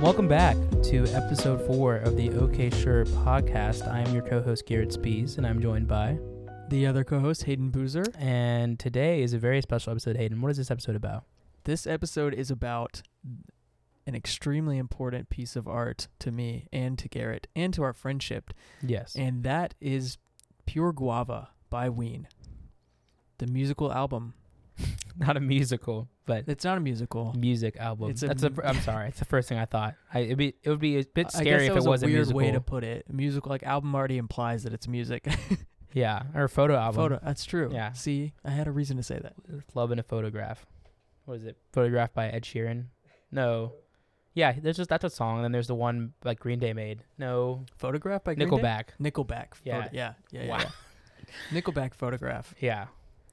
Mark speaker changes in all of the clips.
Speaker 1: Welcome back to episode four of the OK Sure podcast. I am your co host, Garrett Spees, and I'm joined by.
Speaker 2: The other co host, Hayden Boozer.
Speaker 1: And today is a very special episode, Hayden. What is this episode about?
Speaker 2: This episode is about an extremely important piece of art to me and to Garrett and to our friendship,
Speaker 1: Yes.
Speaker 2: and that is Pure Guava by Ween, the musical album.
Speaker 1: Not a musical, but
Speaker 2: It's not a musical.
Speaker 1: music album.
Speaker 2: It's a
Speaker 1: That's a,
Speaker 2: mu-
Speaker 1: I'm sorry. It's the first thing I thought. I, it'd be, it would be a bit
Speaker 2: I guess
Speaker 1: scary
Speaker 2: that
Speaker 1: if it was
Speaker 2: a
Speaker 1: a
Speaker 2: weird
Speaker 1: musical.
Speaker 2: way to put it. Musical, like album, already implies that it's music.
Speaker 1: yeah, or a photo album.
Speaker 2: Photo, that's true.
Speaker 1: Yeah.
Speaker 2: See, I had a reason to say that.
Speaker 1: Love in a photograph. What is it? Photographed by Ed Sheeran. No. Yeah, there's just that's a song. And then there's the one like Green Day made. No,
Speaker 2: Photograph by Green Day?
Speaker 1: Nickelback.
Speaker 2: Nickelback.
Speaker 1: Yeah.
Speaker 2: Photo- yeah. Yeah. yeah,
Speaker 1: Wow.
Speaker 2: yeah. Nickelback photograph.
Speaker 1: Yeah.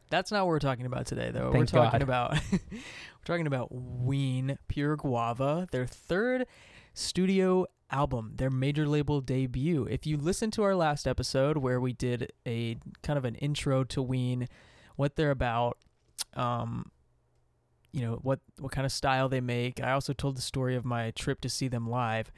Speaker 2: That's not what we're talking about today, though.
Speaker 1: Thank
Speaker 2: we're talking
Speaker 1: God.
Speaker 2: about we're talking about Ween Pure Guava, their third studio album, their major label debut. If you listen to our last episode where we did a kind of an intro to Ween, what they're about, um, you know what what kind of style they make. I also told the story of my trip to see them live.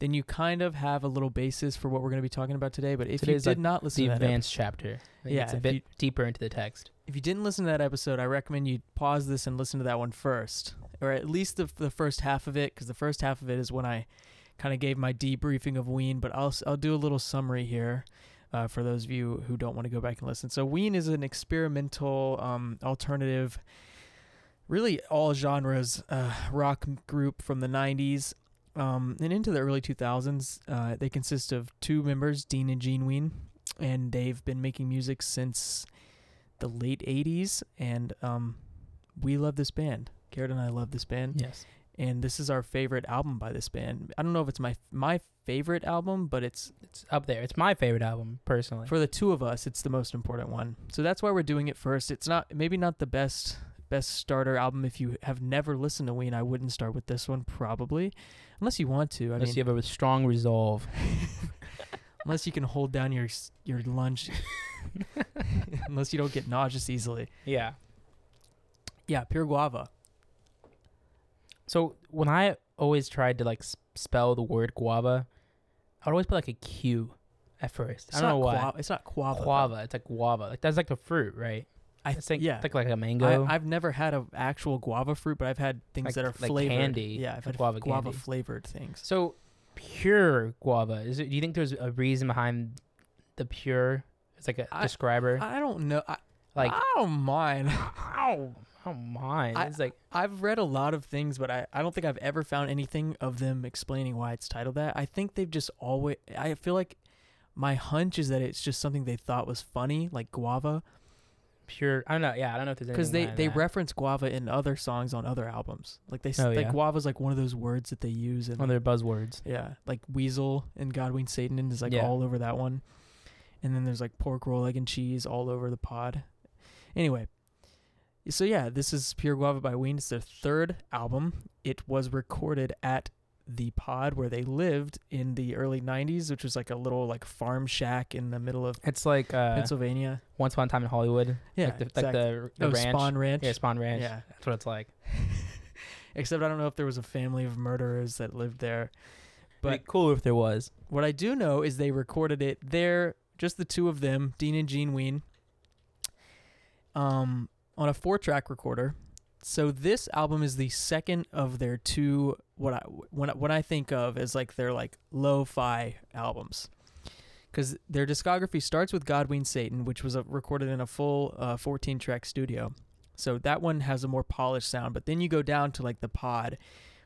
Speaker 2: Then you kind of have a little basis for what we're going to be talking about today. But if you
Speaker 1: Today's,
Speaker 2: did
Speaker 1: like,
Speaker 2: not
Speaker 1: the
Speaker 2: listen to that
Speaker 1: advanced chapter. I think it's
Speaker 2: Yeah,
Speaker 1: a
Speaker 2: if
Speaker 1: bit
Speaker 2: you-
Speaker 1: deeper into the text.
Speaker 2: if you didn't listen to that episode, I recommend you pause this and listen to that one first, or at least the, the first half of it, because the first half of it is when I kind of gave my debriefing of Ween. But I'll s- I'll do a little summary here uh, for those of you who don't want to go back and listen. So Ween is an experimental um, alternative, really all genres uh, rock m- group from the '90s. Um, and into the early 2000s, uh, they consist of two members, Dean and Gene Ween, and they've been making music since the late 80s and um, we love this band garrett and i love this band
Speaker 1: Yes.
Speaker 2: and this is our favorite album by this band i don't know if it's my my favorite album but it's
Speaker 1: It's up there. It's my favorite album personally.
Speaker 2: for the two of us it's the most important one so that's why we're doing it first it's not maybe not the best best starter album if you have never listened to ween i wouldn't start with this one probably unless you want to i
Speaker 1: Unless
Speaker 2: mean
Speaker 1: you have a strong resolve.
Speaker 2: unless you can hold down your s- your lunch unless you don't get nauseous easily
Speaker 1: Yeah.
Speaker 2: yeah pure guava
Speaker 1: So when I always tried to like s- spell the word guava, I'd always put like a Q at first.
Speaker 2: it's
Speaker 1: I don't
Speaker 2: not
Speaker 1: know why.
Speaker 2: guava it's not guava though.
Speaker 1: Guava. It's like guava. Like that's like a fruit, right?
Speaker 2: I
Speaker 1: It's like,
Speaker 2: yeah.
Speaker 1: it's like like a mango.
Speaker 2: I, I've never had an actual guava fruit, but I've had things
Speaker 1: Like-
Speaker 2: that are
Speaker 1: like
Speaker 2: flavored.
Speaker 1: candy,
Speaker 2: Yeah, I've
Speaker 1: like
Speaker 2: had
Speaker 1: guava
Speaker 2: guava, guava
Speaker 1: candy.
Speaker 2: flavored things.
Speaker 1: so pure guava. Is it, do you think there's a reason behind the pure? It's like a
Speaker 2: I-
Speaker 1: describer.
Speaker 2: I don't know. I,
Speaker 1: like
Speaker 2: I don't mind.
Speaker 1: ow, oh mine.
Speaker 2: I-
Speaker 1: It's like
Speaker 2: I've read a lot of things, but I, I don't think I've ever found anything of them explaining why it's titled that. I think they've just always. I feel like my hunch is that it's just something they thought was funny, like guava,
Speaker 1: pure. I don't know. Yeah, I don't know if there's
Speaker 2: because
Speaker 1: anything
Speaker 2: they
Speaker 1: behind
Speaker 2: they
Speaker 1: that.
Speaker 2: reference guava in other songs on other albums. Like they s
Speaker 1: Oh,
Speaker 2: like
Speaker 1: yeah.
Speaker 2: guava's like one of those words that they use in
Speaker 1: one of their buzzwords.
Speaker 2: Yeah, like Weasel and Godwin Satan is like
Speaker 1: Yeah.
Speaker 2: all over that one. And then there's like pork roll, egg, and cheese all over the pod. Anyway, so yeah, this is Pure Guava by Ween. It's their third album. It was recorded at the pod where they lived in the early 90s, which was like a little like farm shack in the middle of
Speaker 1: It's like uh,
Speaker 2: Pennsylvania.
Speaker 1: once upon a time in Hollywood.
Speaker 2: Yeah,
Speaker 1: like the, like
Speaker 2: exactly.
Speaker 1: the, the
Speaker 2: oh,
Speaker 1: ranch.
Speaker 2: Spawn Ranch.
Speaker 1: Yeah, Spawn Ranch.
Speaker 2: Yeah.
Speaker 1: That's what it's like.
Speaker 2: Except I don't know if there was a family of murderers that lived there.
Speaker 1: But
Speaker 2: But-
Speaker 1: cool if there was.
Speaker 2: What I do know is they recorded it there, just the two of them, Dean and Gene Ween, um, on a four-track recorder. So this album is the second of their two what I when I- what I think of as like their like lo-fi albums, because their discography starts with Godwin Satan, which was uh recorded in a full uh, 14-track studio. So that one has a more polished sound, but then you go down to like the Pod,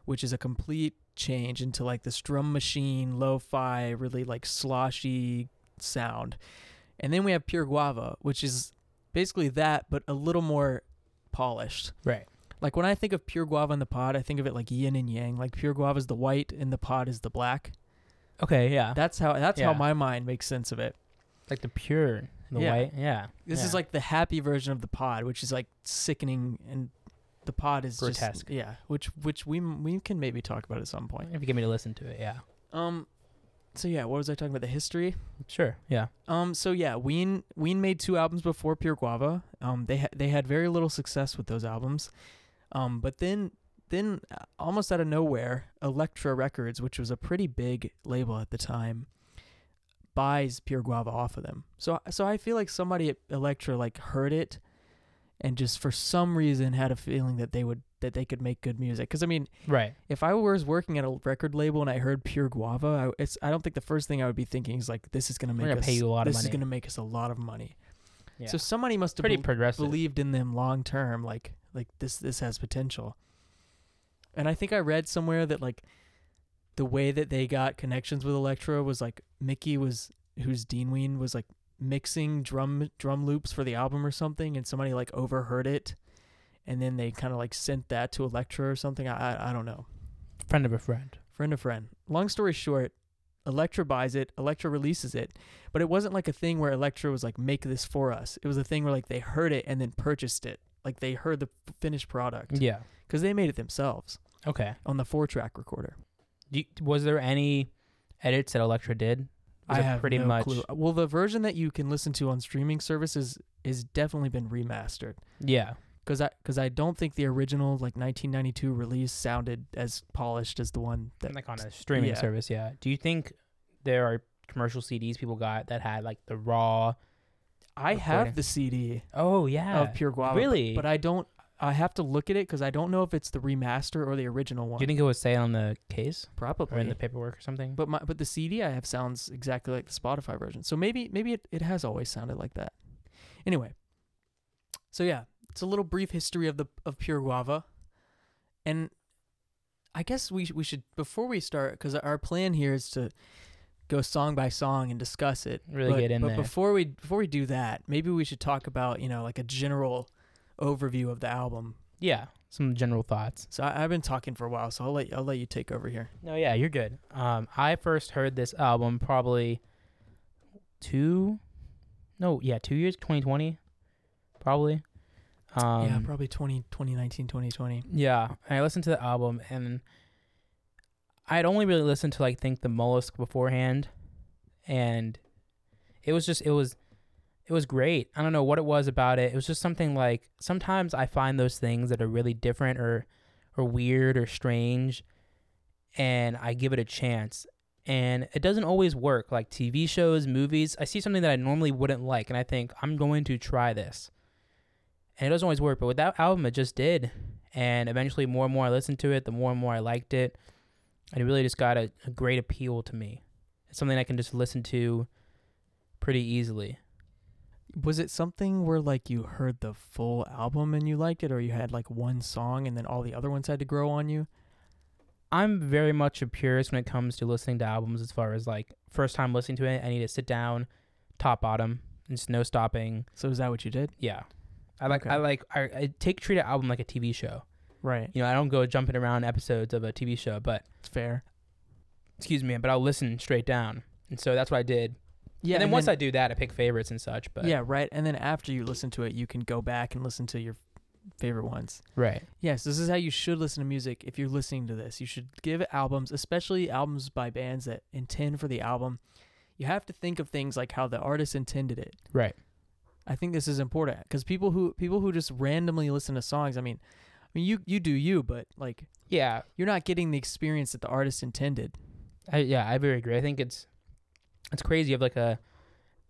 Speaker 2: which is a complete change into like this drum machine, lo-fi, really like sloshy sound. And then we have Pure Guava, which is basically that, but a little more polished.
Speaker 1: Right.
Speaker 2: Like when I think of Pure Guava and the Pod, I think of it like yin and yang. Like Pure Guava is the white and the Pod is the black.
Speaker 1: Okay, yeah.
Speaker 2: That's how that's how
Speaker 1: Yeah.
Speaker 2: my mind makes sense of it.
Speaker 1: like the pure, the
Speaker 2: Yeah.
Speaker 1: white. Yeah.
Speaker 2: This
Speaker 1: Yeah.
Speaker 2: is like the happy version of the Pod, which is like sickening and the Pod is just-
Speaker 1: Grotesque.
Speaker 2: yeah, which which we we can maybe talk about at some point.
Speaker 1: if you get me to listen to it, yeah.
Speaker 2: Um so yeah, what was I talking about the history?
Speaker 1: Sure. Yeah.
Speaker 2: Um. So yeah, Ween Ween made two albums before Pure Guava. Um. They ha- they had very little success with those albums. Um. But then then uh, almost out of nowhere, Elektra Records, which was a pretty big label at the time, buys Pure Guava off of them. So so I feel like somebody at Elektra like heard it and just for some reason had a feeling that they would that they could make good music cuz I mean,
Speaker 1: Right.
Speaker 2: if I was working at a record label and I heard Pure Guava, I, it's I don't think the first thing I would be thinking is like this is going to make
Speaker 1: gonna
Speaker 2: us
Speaker 1: pay you a lot of
Speaker 2: this is
Speaker 1: money.
Speaker 2: going to make us a lot of money.
Speaker 1: Yeah.
Speaker 2: So somebody must have
Speaker 1: pretty
Speaker 2: bel-
Speaker 1: progressive.
Speaker 2: believed in them long term like like this this has potential and i think i read somewhere that like the way that they got connections with Elektra was like mickey was who's dean ween was like mixing drum drum loops for the album or something and somebody like overheard it and then they kind of like sent that to Elektra or something I, I i don't know
Speaker 1: friend of a friend.
Speaker 2: friend of friend long story short Elektra buys it, Elektra releases it, but it wasn't like a thing where Elektra was like, make this for us. It was a thing where like they heard it and then purchased it. Like they heard the f- finished product
Speaker 1: Yeah.
Speaker 2: because they made it themselves
Speaker 1: Okay.
Speaker 2: on the four track recorder.
Speaker 1: Do you- was there any edits that Elektra did? Was
Speaker 2: I
Speaker 1: it
Speaker 2: have
Speaker 1: pretty
Speaker 2: no
Speaker 1: much.
Speaker 2: clue. Well, the version that you can listen to on streaming services is definitely been remastered
Speaker 1: Yeah.
Speaker 2: because I, cause I don't think the original like 1992 release sounded as polished as the one that.
Speaker 1: like on a streaming
Speaker 2: yeah.
Speaker 1: service. Yeah. Do you think there are commercial CDs people got that had like the raw?
Speaker 2: I
Speaker 1: recording.
Speaker 2: have the CD.
Speaker 1: Oh yeah.
Speaker 2: of Pure Guava. but-
Speaker 1: really?
Speaker 2: But I don't. I have to look at it because I don't know if it's the remaster or the original one.
Speaker 1: Do you think it would say on the case
Speaker 2: Probably.
Speaker 1: or in the paperwork or something?
Speaker 2: but my but the CD I have sounds exactly like the Spotify version. So maybe maybe it, it has always sounded like that. Anyway. So yeah, it's a little brief history of the of Pure Guava, and I guess we sh- we should before we start because our plan here is to go song by song and discuss it
Speaker 1: Really
Speaker 2: but,
Speaker 1: get in
Speaker 2: but
Speaker 1: there.
Speaker 2: before we before we do that maybe we should talk about you know like a general overview of the album
Speaker 1: yeah. Some general thoughts.
Speaker 2: So I, I've been talking for a while, so I'll let I'll let you take over here.
Speaker 1: No, yeah, you're good. Um, I first heard this album probably two, no, yeah, two years, 2020, probably. Um,
Speaker 2: yeah, probably 20, 2019, 2020.
Speaker 1: Yeah, and I listened to the album, and I'd only really listened to like think the mollusk beforehand, and it was just it was it was great. I don't know what it was about it. It was just something like sometimes I find those things that are really different or or weird or strange, and I give it a chance. And it doesn't always work. Like TV shows, movies, I see something that I normally wouldn't like, and I think I'm going to try this. And it doesn't always work, but with that album, it just did and eventually more and more i listened to it the more and more i liked it and it really just got a, a great appeal to me it's something i can just listen to pretty easily
Speaker 2: Was it something where like you heard the full album and you liked it, or you had like one song and then all the other ones had to grow on you?
Speaker 1: i'm very much a purist when it comes to listening to albums as far as like first time listening to it i need to sit down top bottom and just no stopping
Speaker 2: So is that what you did?
Speaker 1: yeah i like
Speaker 2: Okay.
Speaker 1: i like I, I take treat an album like a tv show
Speaker 2: Right.
Speaker 1: you know i don't go jumping around episodes of a tv show but
Speaker 2: It's fair.
Speaker 1: excuse me but i'll listen straight down and so that's what i did
Speaker 2: Yeah.
Speaker 1: and then once i do that i pick favorites and such but
Speaker 2: yeah right, and then after you listen to it, you can go back and listen to your favorite ones.
Speaker 1: right
Speaker 2: Yes, this is how you should listen to music if you're listening to this. You should give albums, especially albums by bands that intend for the album. You have to think of things like how the artist intended it.
Speaker 1: right
Speaker 2: I think this is important because people who people who just randomly listen to songs. I mean, I mean you you do you, but like
Speaker 1: yeah
Speaker 2: you're not getting the experience that the artist intended.
Speaker 1: I, yeah, I very agree. I think it's it's crazy. You have like a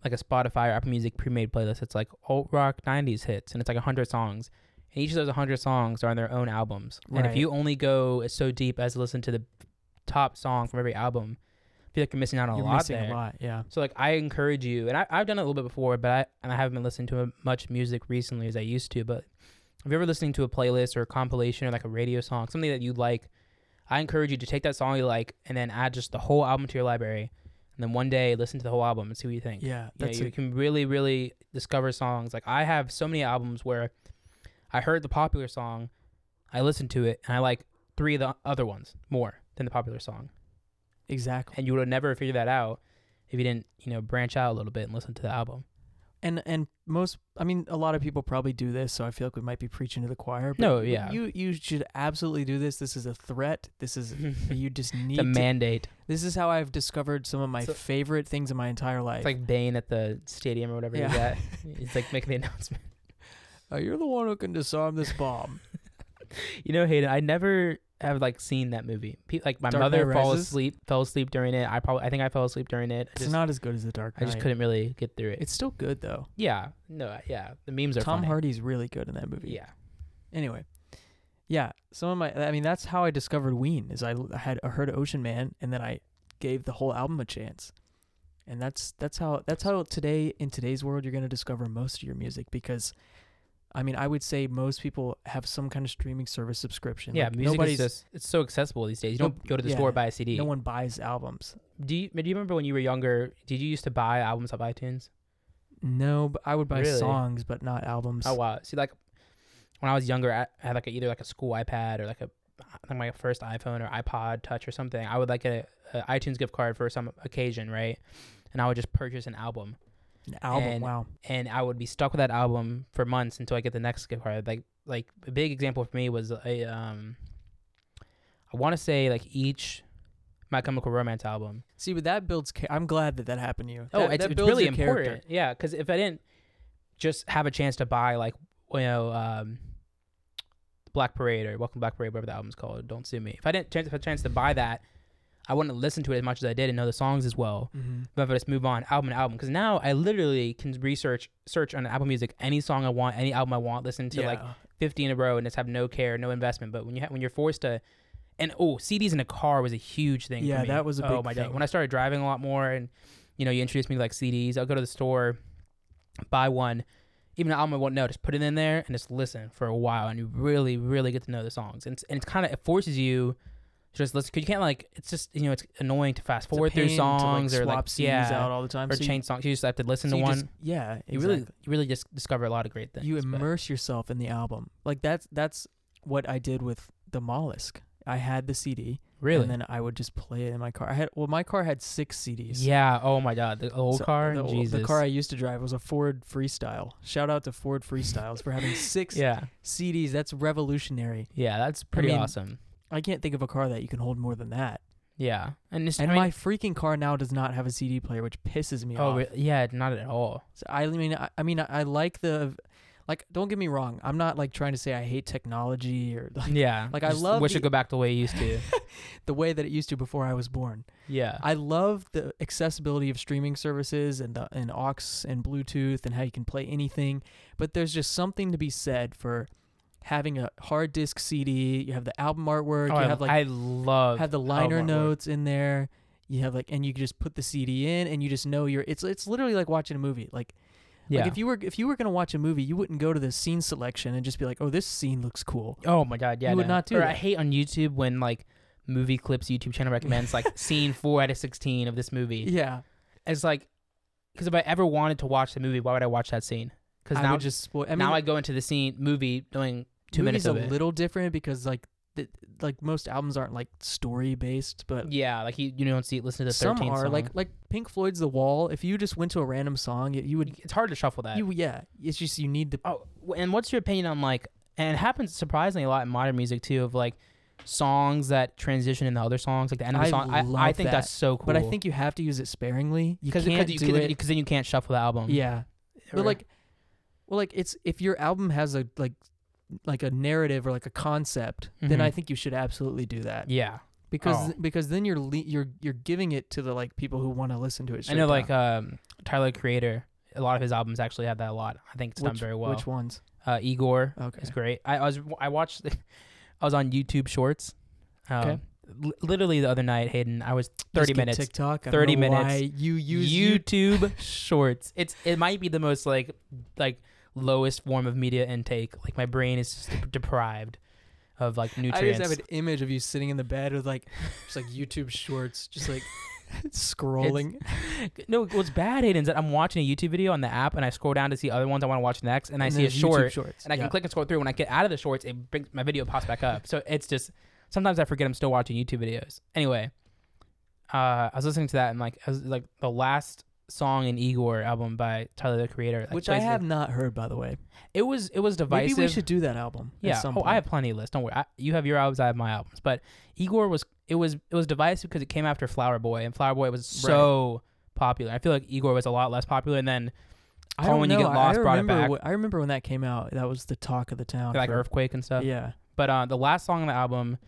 Speaker 1: like a Spotify or Apple Music pre-made playlist. It's like alt rock '90s hits, and it's like hundred songs. And each of those hundred songs are on their own albums. And if
Speaker 2: Right.
Speaker 1: you only go so deep as to listen to the top song from every album, I feel like you're missing out on
Speaker 2: you're
Speaker 1: a lot
Speaker 2: missing
Speaker 1: there.
Speaker 2: a lot. Yeah.
Speaker 1: So like I encourage you, and I, I've done it a little bit before, but I and I haven't been listening to much music recently as I used to. But if you're ever listening to a playlist or a compilation or like a radio song, something that you like, I encourage you to take that song you like and then add just the whole album to your library, and then one day listen to the whole album and see what you think.
Speaker 2: Yeah.
Speaker 1: You know,
Speaker 2: That's
Speaker 1: you can really, really discover songs. Like I have so many albums where I heard the popular song, I listened to it, and I like three of the other ones more than the popular song
Speaker 2: it. exactly.
Speaker 1: and you would have never figured that out if you didn't, you know, branch out a little bit and listen to the album.
Speaker 2: And and most I mean a lot of people probably do this, so I feel like we might be preaching to the choir. But
Speaker 1: No,
Speaker 2: but
Speaker 1: yeah.
Speaker 2: You you should absolutely do this. This is a threat. This is you just need.
Speaker 1: the
Speaker 2: to-
Speaker 1: mandate.
Speaker 2: this is how I've discovered some of my
Speaker 1: So-
Speaker 2: favorite things in my entire life.
Speaker 1: It's like Bane at the stadium or whatever he's at. He's like making the announcement.
Speaker 2: Uh, you're the one who can disarm this bomb.
Speaker 1: you know, Hayden, I never have like seen that movie. Pe- like my
Speaker 2: Dark
Speaker 1: mother
Speaker 2: Knight
Speaker 1: fall
Speaker 2: Rises?
Speaker 1: asleep, fell asleep during it. I probably, I think I fell asleep during it. I
Speaker 2: It's
Speaker 1: just,
Speaker 2: not as good as The Dark
Speaker 1: I
Speaker 2: Knight.
Speaker 1: just couldn't really get through it.
Speaker 2: It's still good though.
Speaker 1: yeah, no, yeah, the memes are
Speaker 2: Tom
Speaker 1: funny.
Speaker 2: Hardy's really good in that movie.
Speaker 1: Yeah,
Speaker 2: Anyway, yeah. Some of my, I mean, that's how I discovered Ween. Is I l- I had heard Ocean Man, and then I gave the whole album a chance. And that's that's how that's how today in today's world you're gonna discover most of your music because, I mean, I would say most people have some kind of streaming service subscription.
Speaker 1: yeah.
Speaker 2: Like,
Speaker 1: music is
Speaker 2: nobody's-
Speaker 1: just it's so accessible these days. You don't
Speaker 2: Nope,
Speaker 1: go to the
Speaker 2: yeah.
Speaker 1: store buy a CD.
Speaker 2: no one buys albums.
Speaker 1: do you do you remember when you were younger? Did you used to buy albums off iTunes?
Speaker 2: No, but I would buy
Speaker 1: Really?
Speaker 2: songs, but not albums.
Speaker 1: Oh wow! See, like when I was younger, I I had like a, either like a school iPad or like a like my first iPhone or iPod Touch or something. I would like a, a iTunes gift card for some occasion, right? And I would just purchase an album,
Speaker 2: An album,
Speaker 1: and-
Speaker 2: wow.
Speaker 1: and I would be stuck with that album for months until I get the next gift card. Like like a big example for me was a um, I want to say like each My Chemical Romance album.
Speaker 2: See, but that builds. Ca- I'm glad that that happened to you.
Speaker 1: Oh,
Speaker 2: That-
Speaker 1: it's,
Speaker 2: that
Speaker 1: it's
Speaker 2: builds
Speaker 1: really
Speaker 2: your
Speaker 1: important.
Speaker 2: character.
Speaker 1: Yeah, because if I didn't just have a chance to buy like you know um, Black Parade or Welcome to Black Parade, whatever the album's called, Don't Sue Me. If I didn't chance, if I had a chance to buy that, I wouldn't have listened to it as much as I did and know the songs as well.
Speaker 2: Mhm.
Speaker 1: But if I just move on album to album, because now I literally can research search on Apple Music any song I want, any album I want, listen to like
Speaker 2: Yeah.
Speaker 1: 50 in a row, and just have no care, no investment. But when you ha- when you're forced to and oh, CDs in a car was a huge thing.
Speaker 2: Yeah,
Speaker 1: for me.
Speaker 2: that was a
Speaker 1: oh
Speaker 2: big
Speaker 1: my
Speaker 2: thing.
Speaker 1: god. When I started driving a lot more, and you know, you introduced me to, like CDs. I'll go to the store, buy one, even an album I won't know, just put it in there and just listen for a while, and you really, really get to know the songs. And it's, and it's kind of it forces you to just listen because you can't like it's just you know it's annoying to fast
Speaker 2: It's a
Speaker 1: forward through
Speaker 2: pain to, like,
Speaker 1: songs or
Speaker 2: swap
Speaker 1: like
Speaker 2: CDs
Speaker 1: yeah
Speaker 2: out all the time
Speaker 1: or
Speaker 2: so you-
Speaker 1: change songs. You just have to listen
Speaker 2: so
Speaker 1: to
Speaker 2: you
Speaker 1: one.
Speaker 2: just- yeah,
Speaker 1: you really,
Speaker 2: exactly.
Speaker 1: you really just discover a lot of great things.
Speaker 2: you
Speaker 1: but-
Speaker 2: immerse yourself in the album. Like that's that's what I did with the mollusk. I had the CD,
Speaker 1: really.
Speaker 2: and then I would just play it in my car. I had well, my car had six CDs.
Speaker 1: yeah. Oh my God. The old
Speaker 2: So
Speaker 1: car.
Speaker 2: the, ol-
Speaker 1: Jesus.
Speaker 2: the car I used to drive was a Ford Freestyle. Shout out to Ford Freestyles for having six
Speaker 1: yeah.
Speaker 2: CDs. That's revolutionary.
Speaker 1: Yeah. That's pretty
Speaker 2: mean,
Speaker 1: awesome.
Speaker 2: I can't think of a car that you can hold more than that.
Speaker 1: Yeah. And, it's,
Speaker 2: And
Speaker 1: I mean,
Speaker 2: my freaking car now does not have a CD player, which pisses me
Speaker 1: Oh
Speaker 2: off.
Speaker 1: re- yeah, not at all.
Speaker 2: So I mean, I, I mean, I, I like the, like. Don't get me wrong. I'm not like trying to say I hate technology or like,
Speaker 1: yeah,
Speaker 2: like, I
Speaker 1: just
Speaker 2: love
Speaker 1: wish
Speaker 2: the-
Speaker 1: it go back the way it used to.
Speaker 2: the way that it used to before I was born.
Speaker 1: yeah,
Speaker 2: I love the accessibility of streaming services and the and aux and Bluetooth and how you can play anything. But there's just something to be said for having a hard disk CD. You have the album artwork.
Speaker 1: Oh,
Speaker 2: you
Speaker 1: I,
Speaker 2: have like
Speaker 1: I love
Speaker 2: have the liner
Speaker 1: artwork.
Speaker 2: notes in there. You have like, and you just put the CD in, and you just know you're. It's it's literally like watching a movie. Like,
Speaker 1: yeah.
Speaker 2: like if you were if you were gonna watch a movie, you wouldn't go to the scene selection and just be like, oh, this scene looks cool.
Speaker 1: oh my god, yeah,
Speaker 2: you would
Speaker 1: no.
Speaker 2: not do
Speaker 1: Or I
Speaker 2: that.
Speaker 1: hate on YouTube when like movie clips YouTube channel recommends like scene four out of sixteen of this movie.
Speaker 2: Yeah,
Speaker 1: It's like because if I ever wanted to watch the movie, why would I watch that scene? Because
Speaker 2: I
Speaker 1: now
Speaker 2: would just spoil. I mean,
Speaker 1: now I go into the scene movie doing two minutes
Speaker 2: movies
Speaker 1: of
Speaker 2: a
Speaker 1: it.
Speaker 2: little different because like th- like most albums aren't like story based, but
Speaker 1: yeah, like you, you don't see listen to the
Speaker 2: some
Speaker 1: thirteen
Speaker 2: are
Speaker 1: song.
Speaker 2: like like Pink Floyd's The Wall. If you just went to a random song, you, you would
Speaker 1: it's hard to shuffle that.
Speaker 2: you yeah. It's just you need the
Speaker 1: Oh, w- and what's your opinion on like? And it happens surprisingly a lot in modern music too, of like songs that transition into other songs, like the end of the
Speaker 2: I
Speaker 1: song. I, I
Speaker 2: love
Speaker 1: think
Speaker 2: that.
Speaker 1: that's so cool.
Speaker 2: But I think you have to use it sparingly. You can't
Speaker 1: you
Speaker 2: do
Speaker 1: can,
Speaker 2: it.
Speaker 1: because then you can't shuffle the album.
Speaker 2: yeah,
Speaker 1: Or-
Speaker 2: but like, well, like it's if your album has a like like a narrative or like a concept, then
Speaker 1: Mhm.
Speaker 2: I think you should absolutely do that
Speaker 1: yeah,
Speaker 2: because
Speaker 1: Oh.
Speaker 2: because then you're le- you're you're giving it to the like people who want to listen to it.
Speaker 1: I
Speaker 2: straight
Speaker 1: know
Speaker 2: down.
Speaker 1: like um, Tyler the Creator. A lot of his albums actually have that a lot. I think it's done
Speaker 2: Which-
Speaker 1: very well.
Speaker 2: Which ones?
Speaker 1: Uh, Igor
Speaker 2: Okay.
Speaker 1: is great. I, I was I watched I was on YouTube Shorts. Um,
Speaker 2: Okay.
Speaker 1: li- literally the other night, Hayden, I was
Speaker 2: Just
Speaker 1: thirty
Speaker 2: get
Speaker 1: minutes.
Speaker 2: TikTok. I don't
Speaker 1: 30
Speaker 2: know
Speaker 1: minutes.
Speaker 2: Why you use you
Speaker 1: YouTube Shorts. It's it might be the most like like lowest form of media intake. Like my brain is just deprived of like
Speaker 2: I
Speaker 1: nutrients.
Speaker 2: just have an image of you sitting in the bed with like just like YouTube Shorts, just like scrolling.
Speaker 1: no, what's bad, Hayden, is that I'm watching a YouTube video on the app and I scroll down to see other ones I want to watch next, and I see a
Speaker 2: there's YouTube
Speaker 1: short,
Speaker 2: Shorts.
Speaker 1: and I can
Speaker 2: Yeah.
Speaker 1: click and scroll through. When I get out of the shorts, it brings my video pops back up. So it's just sometimes I forget I'm still watching YouTube videos. Anyway, uh, I was listening to that and like I was, like the last song in Igor album by Tyler the Creator, like,
Speaker 2: Which I
Speaker 1: plays the-
Speaker 2: have not heard, by the way.
Speaker 1: It was it was divisive.
Speaker 2: Maybe we should do that album. at
Speaker 1: Yeah. Oh,
Speaker 2: some
Speaker 1: I have
Speaker 2: point.
Speaker 1: plenty of lists. Don't worry. I, you have your albums. I have my albums. But Igor was it was it was divisive because it came after Flower Boy, and Flower Boy was
Speaker 2: Right.
Speaker 1: so popular. I feel like Igor was a lot less popular, and then
Speaker 2: I don't
Speaker 1: Call When You
Speaker 2: know.
Speaker 1: Get
Speaker 2: I-
Speaker 1: Lost
Speaker 2: I
Speaker 1: brought it
Speaker 2: remember
Speaker 1: back.
Speaker 2: wh- I remember when that came out. That was the talk of the town.
Speaker 1: like
Speaker 2: for-
Speaker 1: Earthquake and stuff.
Speaker 2: Yeah.
Speaker 1: But uh, the last song on the album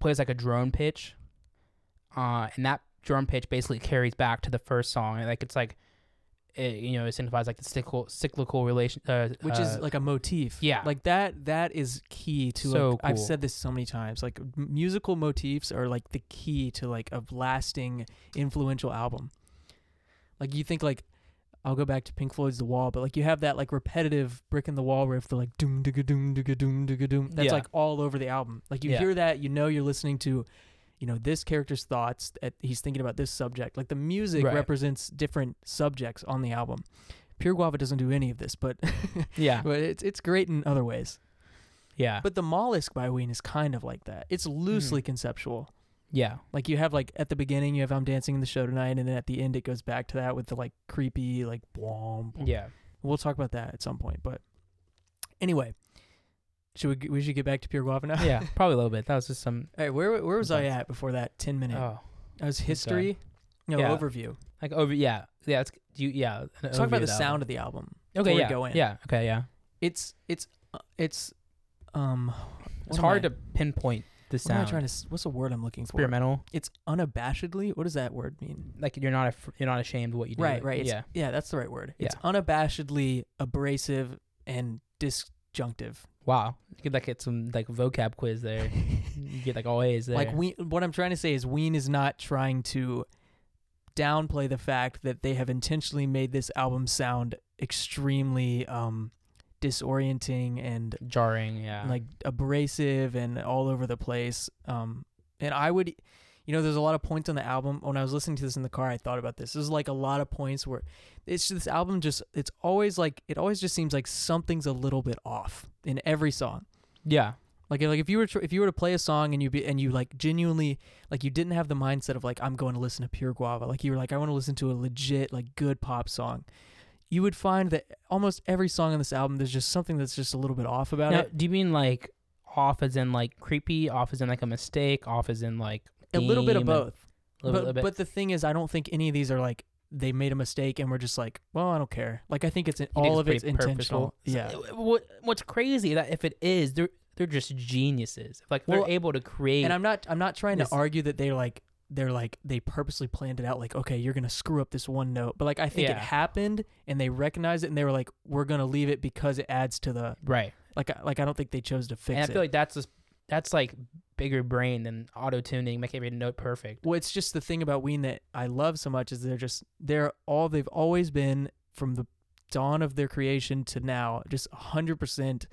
Speaker 1: plays like a drone pitch, uh, and that drum pitch basically carries back to the first song. Like it's like, it, you know, it signifies like the cyclical cyclical relation, uh,
Speaker 2: which is
Speaker 1: uh,
Speaker 2: like a motif.
Speaker 1: yeah.
Speaker 2: Like that that is key to
Speaker 1: So
Speaker 2: like, I've
Speaker 1: cool.
Speaker 2: said this so many times. Like m- musical motifs are like the key to like a lasting influential album. Like you think like I'll go back to Pink Floyd's The Wall, but like you have that like repetitive brick in the wall riff, the like doom digga doom digga doom digga doom. That's
Speaker 1: Yeah.
Speaker 2: like all over the album. Like you
Speaker 1: Yeah.
Speaker 2: hear that, you know you're listening to you know this character's thoughts at, he's thinking about this subject like the music
Speaker 1: Right.
Speaker 2: represents different subjects on the album pure guava doesn't do any of this but
Speaker 1: yeah,
Speaker 2: but it's it's great in other ways.
Speaker 1: yeah,
Speaker 2: But the mollusk by Ween is kind of like that. It's
Speaker 1: Hmm.
Speaker 2: loosely conceptual.
Speaker 1: yeah,
Speaker 2: Like you have like at the beginning you have I'm dancing in the show tonight, and then at the end it goes back to that with the like creepy like blom.
Speaker 1: yeah.
Speaker 2: We'll talk about that at some point. But anyway, should we g- we should get back to pure guava now?
Speaker 1: yeah, probably a little bit. That was just some
Speaker 2: All right, where where was I
Speaker 1: That's-
Speaker 2: at before that ten minute?
Speaker 1: oh,
Speaker 2: I was history. No
Speaker 1: Yeah.
Speaker 2: overview.
Speaker 1: like over yeah, yeah. It's do you yeah. an
Speaker 2: Let's talk
Speaker 1: overview
Speaker 2: about the
Speaker 1: of
Speaker 2: sound of the album.
Speaker 1: album. Okay,
Speaker 2: before we
Speaker 1: yeah,
Speaker 2: go in.
Speaker 1: yeah. Okay, yeah.
Speaker 2: It's it's uh, it's um.
Speaker 1: It's
Speaker 2: am
Speaker 1: hard to
Speaker 2: I-
Speaker 1: pinpoint the
Speaker 2: What am I
Speaker 1: sound.
Speaker 2: trying to? s- What's the word I'm looking for?
Speaker 1: Experimental,
Speaker 2: it's unabashedly what does that word mean
Speaker 1: like you're not af- you're not ashamed of what you do.
Speaker 2: right right it's-
Speaker 1: Yeah,
Speaker 2: yeah that's the right word it's unabashedly abrasive and disjunctive
Speaker 1: Wow. You could like get some like vocab quiz there. you get like all A's there.
Speaker 2: like we what i'm trying to say is ween is not trying to downplay the fact that they have intentionally made this album sound extremely um disorienting and
Speaker 1: jarring, yeah.
Speaker 2: like abrasive and all over the place. Um, and I would, you know, there's a lot of points on the album. When I was listening to this in the car, I thought about this. There's like a lot of points where it's this album just, it's always like, it always just seems like something's a little bit off in every song.
Speaker 1: yeah.
Speaker 2: Like, like if you were tr- if you were to play a song and you be, and you like genuinely like you didn't have the mindset of like I'm going to listen to pure guava like you were like I want to listen to a legit like good pop song, you would find that almost every song on this album there's just something that's just a little bit off about
Speaker 1: Now,
Speaker 2: it.
Speaker 1: do you mean like off as in like creepy, off as in like a mistake, off as in like
Speaker 2: A little bit of
Speaker 1: theme and-
Speaker 2: both.
Speaker 1: little,
Speaker 2: but,
Speaker 1: little bit.
Speaker 2: but the thing is, I don't think any of these are like they made a mistake and we're just like, well, I don't care. Like I think it's
Speaker 1: You think
Speaker 2: all of it's
Speaker 1: pretty
Speaker 2: intentional. Yeah.
Speaker 1: So, uh, what what's crazy that if it is, they're they're just geniuses. Like
Speaker 2: Well,
Speaker 1: they're able to create
Speaker 2: And I'm not I'm not trying
Speaker 1: This-
Speaker 2: to argue that they're like they're like they purposely planned it out like okay you're gonna screw up this one note but like i think it
Speaker 1: Yeah.
Speaker 2: happened and they recognized it and they were like we're gonna leave it because it adds to the
Speaker 1: right.
Speaker 2: like I- like i don't think they chose to fix
Speaker 1: And I
Speaker 2: it
Speaker 1: feel like that's just that's like bigger brain than auto tuning, make every note perfect.
Speaker 2: well it's just the thing about ween that i love so much is they're just they're all they've always been from the dawn of their creation to now just 100%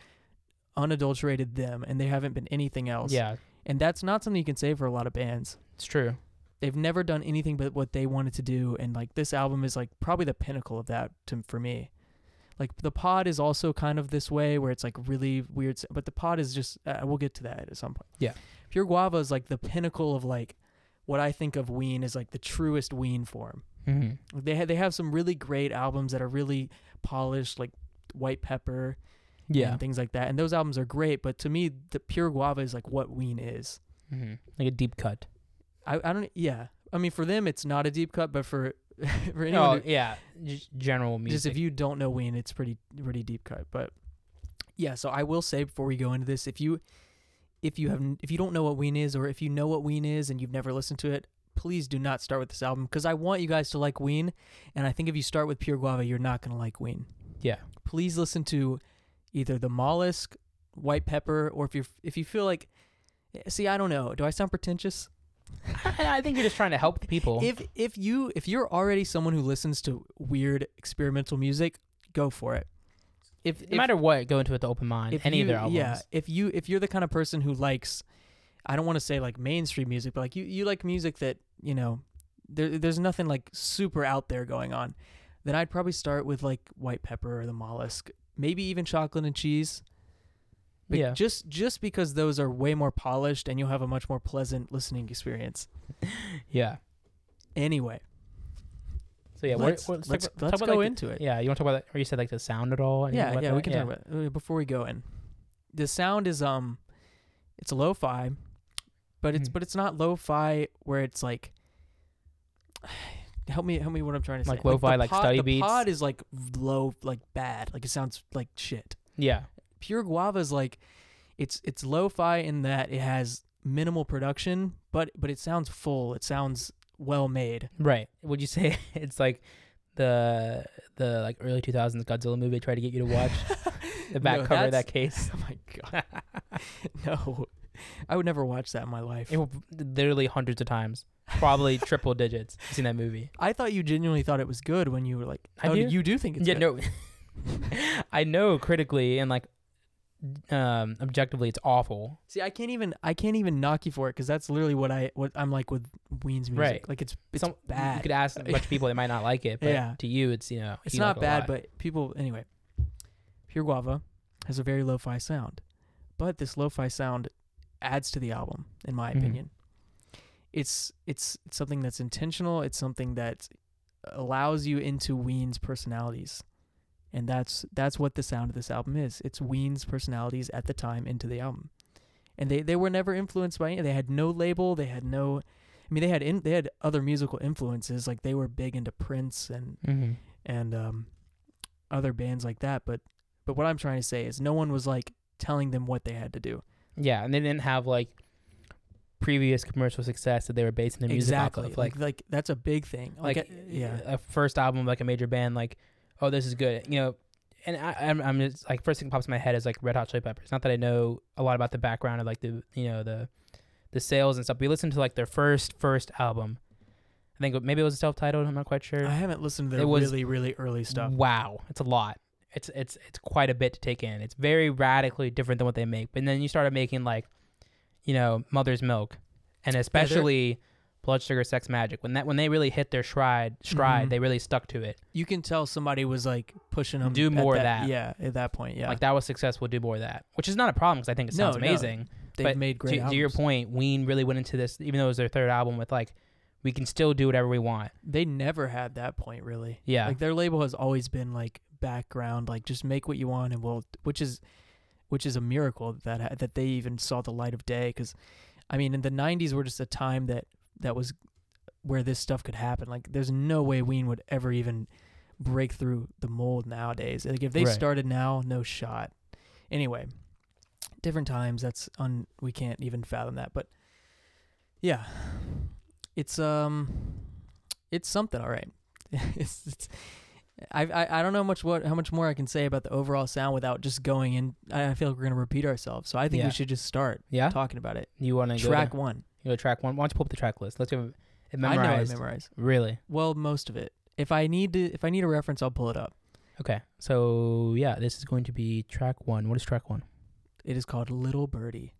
Speaker 2: unadulterated them and they haven't been anything else
Speaker 1: Yeah,
Speaker 2: and that's not something you can say for a lot of bands
Speaker 1: it's true.
Speaker 2: they've never done anything but what they wanted to do and like this album is like probably the pinnacle of that to, for me like the pod is also kind of this way where it's like really weird s- but the pod is just uh, we'll get to that at some point
Speaker 1: Yeah.
Speaker 2: pure guava is like the pinnacle of like what i think of ween is like the truest ween form
Speaker 1: hmm
Speaker 2: they ha- they have some really great albums that are really polished like white pepper
Speaker 1: Yeah,
Speaker 2: and things like that and those albums are great but to me the pure guava is like what ween is
Speaker 1: hmm like a deep cut.
Speaker 2: I, I don't yeah. I mean for them it's not a deep cut, but for for anyone
Speaker 1: Oh
Speaker 2: who-
Speaker 1: yeah, just general music.
Speaker 2: just if you don't know Ween, it's pretty pretty deep cut. But yeah, so I will say before we go into this, if you if you have n- if you don't know what Ween is or if you know what Ween is and you've never listened to it, please do not start with this album because I want you guys to like Ween, and I think if you start with Pure Guava, you're not gonna like Ween.
Speaker 1: Yeah.
Speaker 2: Please listen to either the Mollusk, White Pepper, or if you are if you feel like, eh, see, I don't know, do I sound pretentious?
Speaker 1: I, I think you're just trying to help the people.
Speaker 2: if if you if you're already someone who listens to weird experimental music, go for it. If,
Speaker 1: no matter what, go into it with an open mind. Any
Speaker 2: you,
Speaker 1: of their albums.
Speaker 2: yeah, if you if you're the kind of person who likes, I don't want to say like mainstream music, but like you you like music that you know, there there's nothing like super out there going on, then I'd probably start with like White Pepper or the Mollusk, maybe even Chocolate and Cheese. But
Speaker 1: Yeah.
Speaker 2: just just because those are way more polished and you'll have a much more pleasant listening experience.
Speaker 1: Yeah.
Speaker 2: Anyway,
Speaker 1: So yeah, we're-
Speaker 2: let's,
Speaker 1: we're-
Speaker 2: let's,
Speaker 1: talk
Speaker 2: let's,
Speaker 1: about- talk about,
Speaker 2: go
Speaker 1: like,
Speaker 2: into it.
Speaker 1: the- Yeah, you want to talk about that? Or you said like the sound at all? anything
Speaker 2: yeah yeah
Speaker 1: about that?
Speaker 2: we can talk about it. Uh, before we go in the sound is um it's lo-fi but it's
Speaker 1: Mhm.
Speaker 2: but it's not lo-fi where it's like help me help me what i'm trying to
Speaker 1: Like
Speaker 2: say
Speaker 1: lo-fi,
Speaker 2: the
Speaker 1: like
Speaker 2: pod-
Speaker 1: study
Speaker 2: the
Speaker 1: beats?
Speaker 2: pod is like low like bad like it sounds like shit
Speaker 1: Yeah.
Speaker 2: pure guava is like it's it's lo-fi in that it has minimal production, but but it sounds full. It sounds well made.
Speaker 1: Right. Would you say it's like the the like early 2000s Godzilla movie they tried to get you to watch the back
Speaker 2: No,
Speaker 1: cover of
Speaker 2: that's-
Speaker 1: that case?
Speaker 2: Oh my god. no. I would never watch that in my life.
Speaker 1: It, w- literally hundreds of times, probably triple digits. I've seen that movie.
Speaker 2: I thought you genuinely thought it was good when you were like,
Speaker 1: I
Speaker 2: oh,
Speaker 1: do.
Speaker 2: you do think it's
Speaker 1: yeah,
Speaker 2: good.
Speaker 1: no. I know critically and like um objectively it's awful.
Speaker 2: See, I can't even I can't even knock you for it because that's literally what I what I'm like with Ween's music.
Speaker 1: Right.
Speaker 2: Like it's it's
Speaker 1: Some-
Speaker 2: bad.
Speaker 1: You could ask a bunch of people they might not like it, but
Speaker 2: Yeah.
Speaker 1: to you it's you know
Speaker 2: it's
Speaker 1: you like
Speaker 2: not
Speaker 1: it a
Speaker 2: bad,
Speaker 1: lot.
Speaker 2: but people anyway. Pure Guava has a very lo-fi sound, but this lo-fi sound adds to the album, in my
Speaker 1: Mhm.
Speaker 2: opinion. It's it's something that's intentional. It's something that allows you into Ween's personalities, and that's that's what the sound of this album is. It's Ween's personalities at the time into the album, and they they were never influenced by any. They had no label. They had no. I mean, they had in, they had other musical influences. Like they were big into Prince and
Speaker 1: Mhm.
Speaker 2: and um, other bands like that. But but what I'm trying to say is, no one was like telling them what they had to do.
Speaker 1: yeah, and they didn't have like previous commercial success that they were basing their music off
Speaker 2: exactly.
Speaker 1: of.
Speaker 2: Like, like that's a big thing. Like,
Speaker 1: like
Speaker 2: uh, yeah.
Speaker 1: a first album like a major band like oh this is good you know and I, I'm, I'm just like first thing that pops in my head is like Red Hot Chili Peppers. Not that I know a lot about the background of like the you know the the sales and stuff. We listened to like their first first album. I think maybe it was self titled. I'm not quite sure.
Speaker 2: I haven't listened
Speaker 1: uh,
Speaker 2: to
Speaker 1: It
Speaker 2: their
Speaker 1: was-
Speaker 2: really really early stuff.
Speaker 1: Wow, it's a lot. It's it's it's quite a bit to take in. It's very radically different than what they make. But then you started making like, you know, Mother's Milk, and especially Blood Sugar Sex Magic. When that when they really hit their stride, stride,
Speaker 2: Mhm.
Speaker 1: they really stuck to it.
Speaker 2: You can tell somebody was like pushing them.
Speaker 1: Do
Speaker 2: at
Speaker 1: more of that.
Speaker 2: Yeah, at that point, yeah.
Speaker 1: Like that was successful. Do more of that, which is not a problem because I think it
Speaker 2: No,
Speaker 1: sounds
Speaker 2: no,
Speaker 1: amazing.
Speaker 2: They've
Speaker 1: but
Speaker 2: made great.
Speaker 1: to, to your
Speaker 2: albums.
Speaker 1: point, Ween really went into this, even though it was their third album, with like, we can still do whatever we want.
Speaker 2: they never had that point really.
Speaker 1: Yeah,
Speaker 2: Like their label has always been like background, like just make what you want and we'll, which is, which is a miracle that ha- that they even saw the light of day. Because, I mean, in the '90s were just a time that that was where this stuff could happen. Like, there's no way Ween would ever even break through the mold nowadays. Like, if they
Speaker 1: Right.
Speaker 2: started now, no shot. Anyway, different times. That's un. We can't even fathom that. But yeah, it's um, it's something. All right. it's, it's I, I I don't know much what how much more I can say about the overall sound without just going in. I, I feel like we're gonna repeat ourselves, so I think
Speaker 1: Yeah.
Speaker 2: we should just start
Speaker 1: yeah.
Speaker 2: talking about it.
Speaker 1: You want to
Speaker 2: Track
Speaker 1: Go to,
Speaker 2: one.
Speaker 1: you go to track one. Why don't you pull up the track list? Let's go. It
Speaker 2: I know I
Speaker 1: memorized.
Speaker 2: memorize.
Speaker 1: Really.
Speaker 2: Well, most of it. If I need to, if I need a reference, I'll pull it up.
Speaker 1: Okay. So yeah, this is going to be track one. What is track one?
Speaker 2: It is called Little Birdie.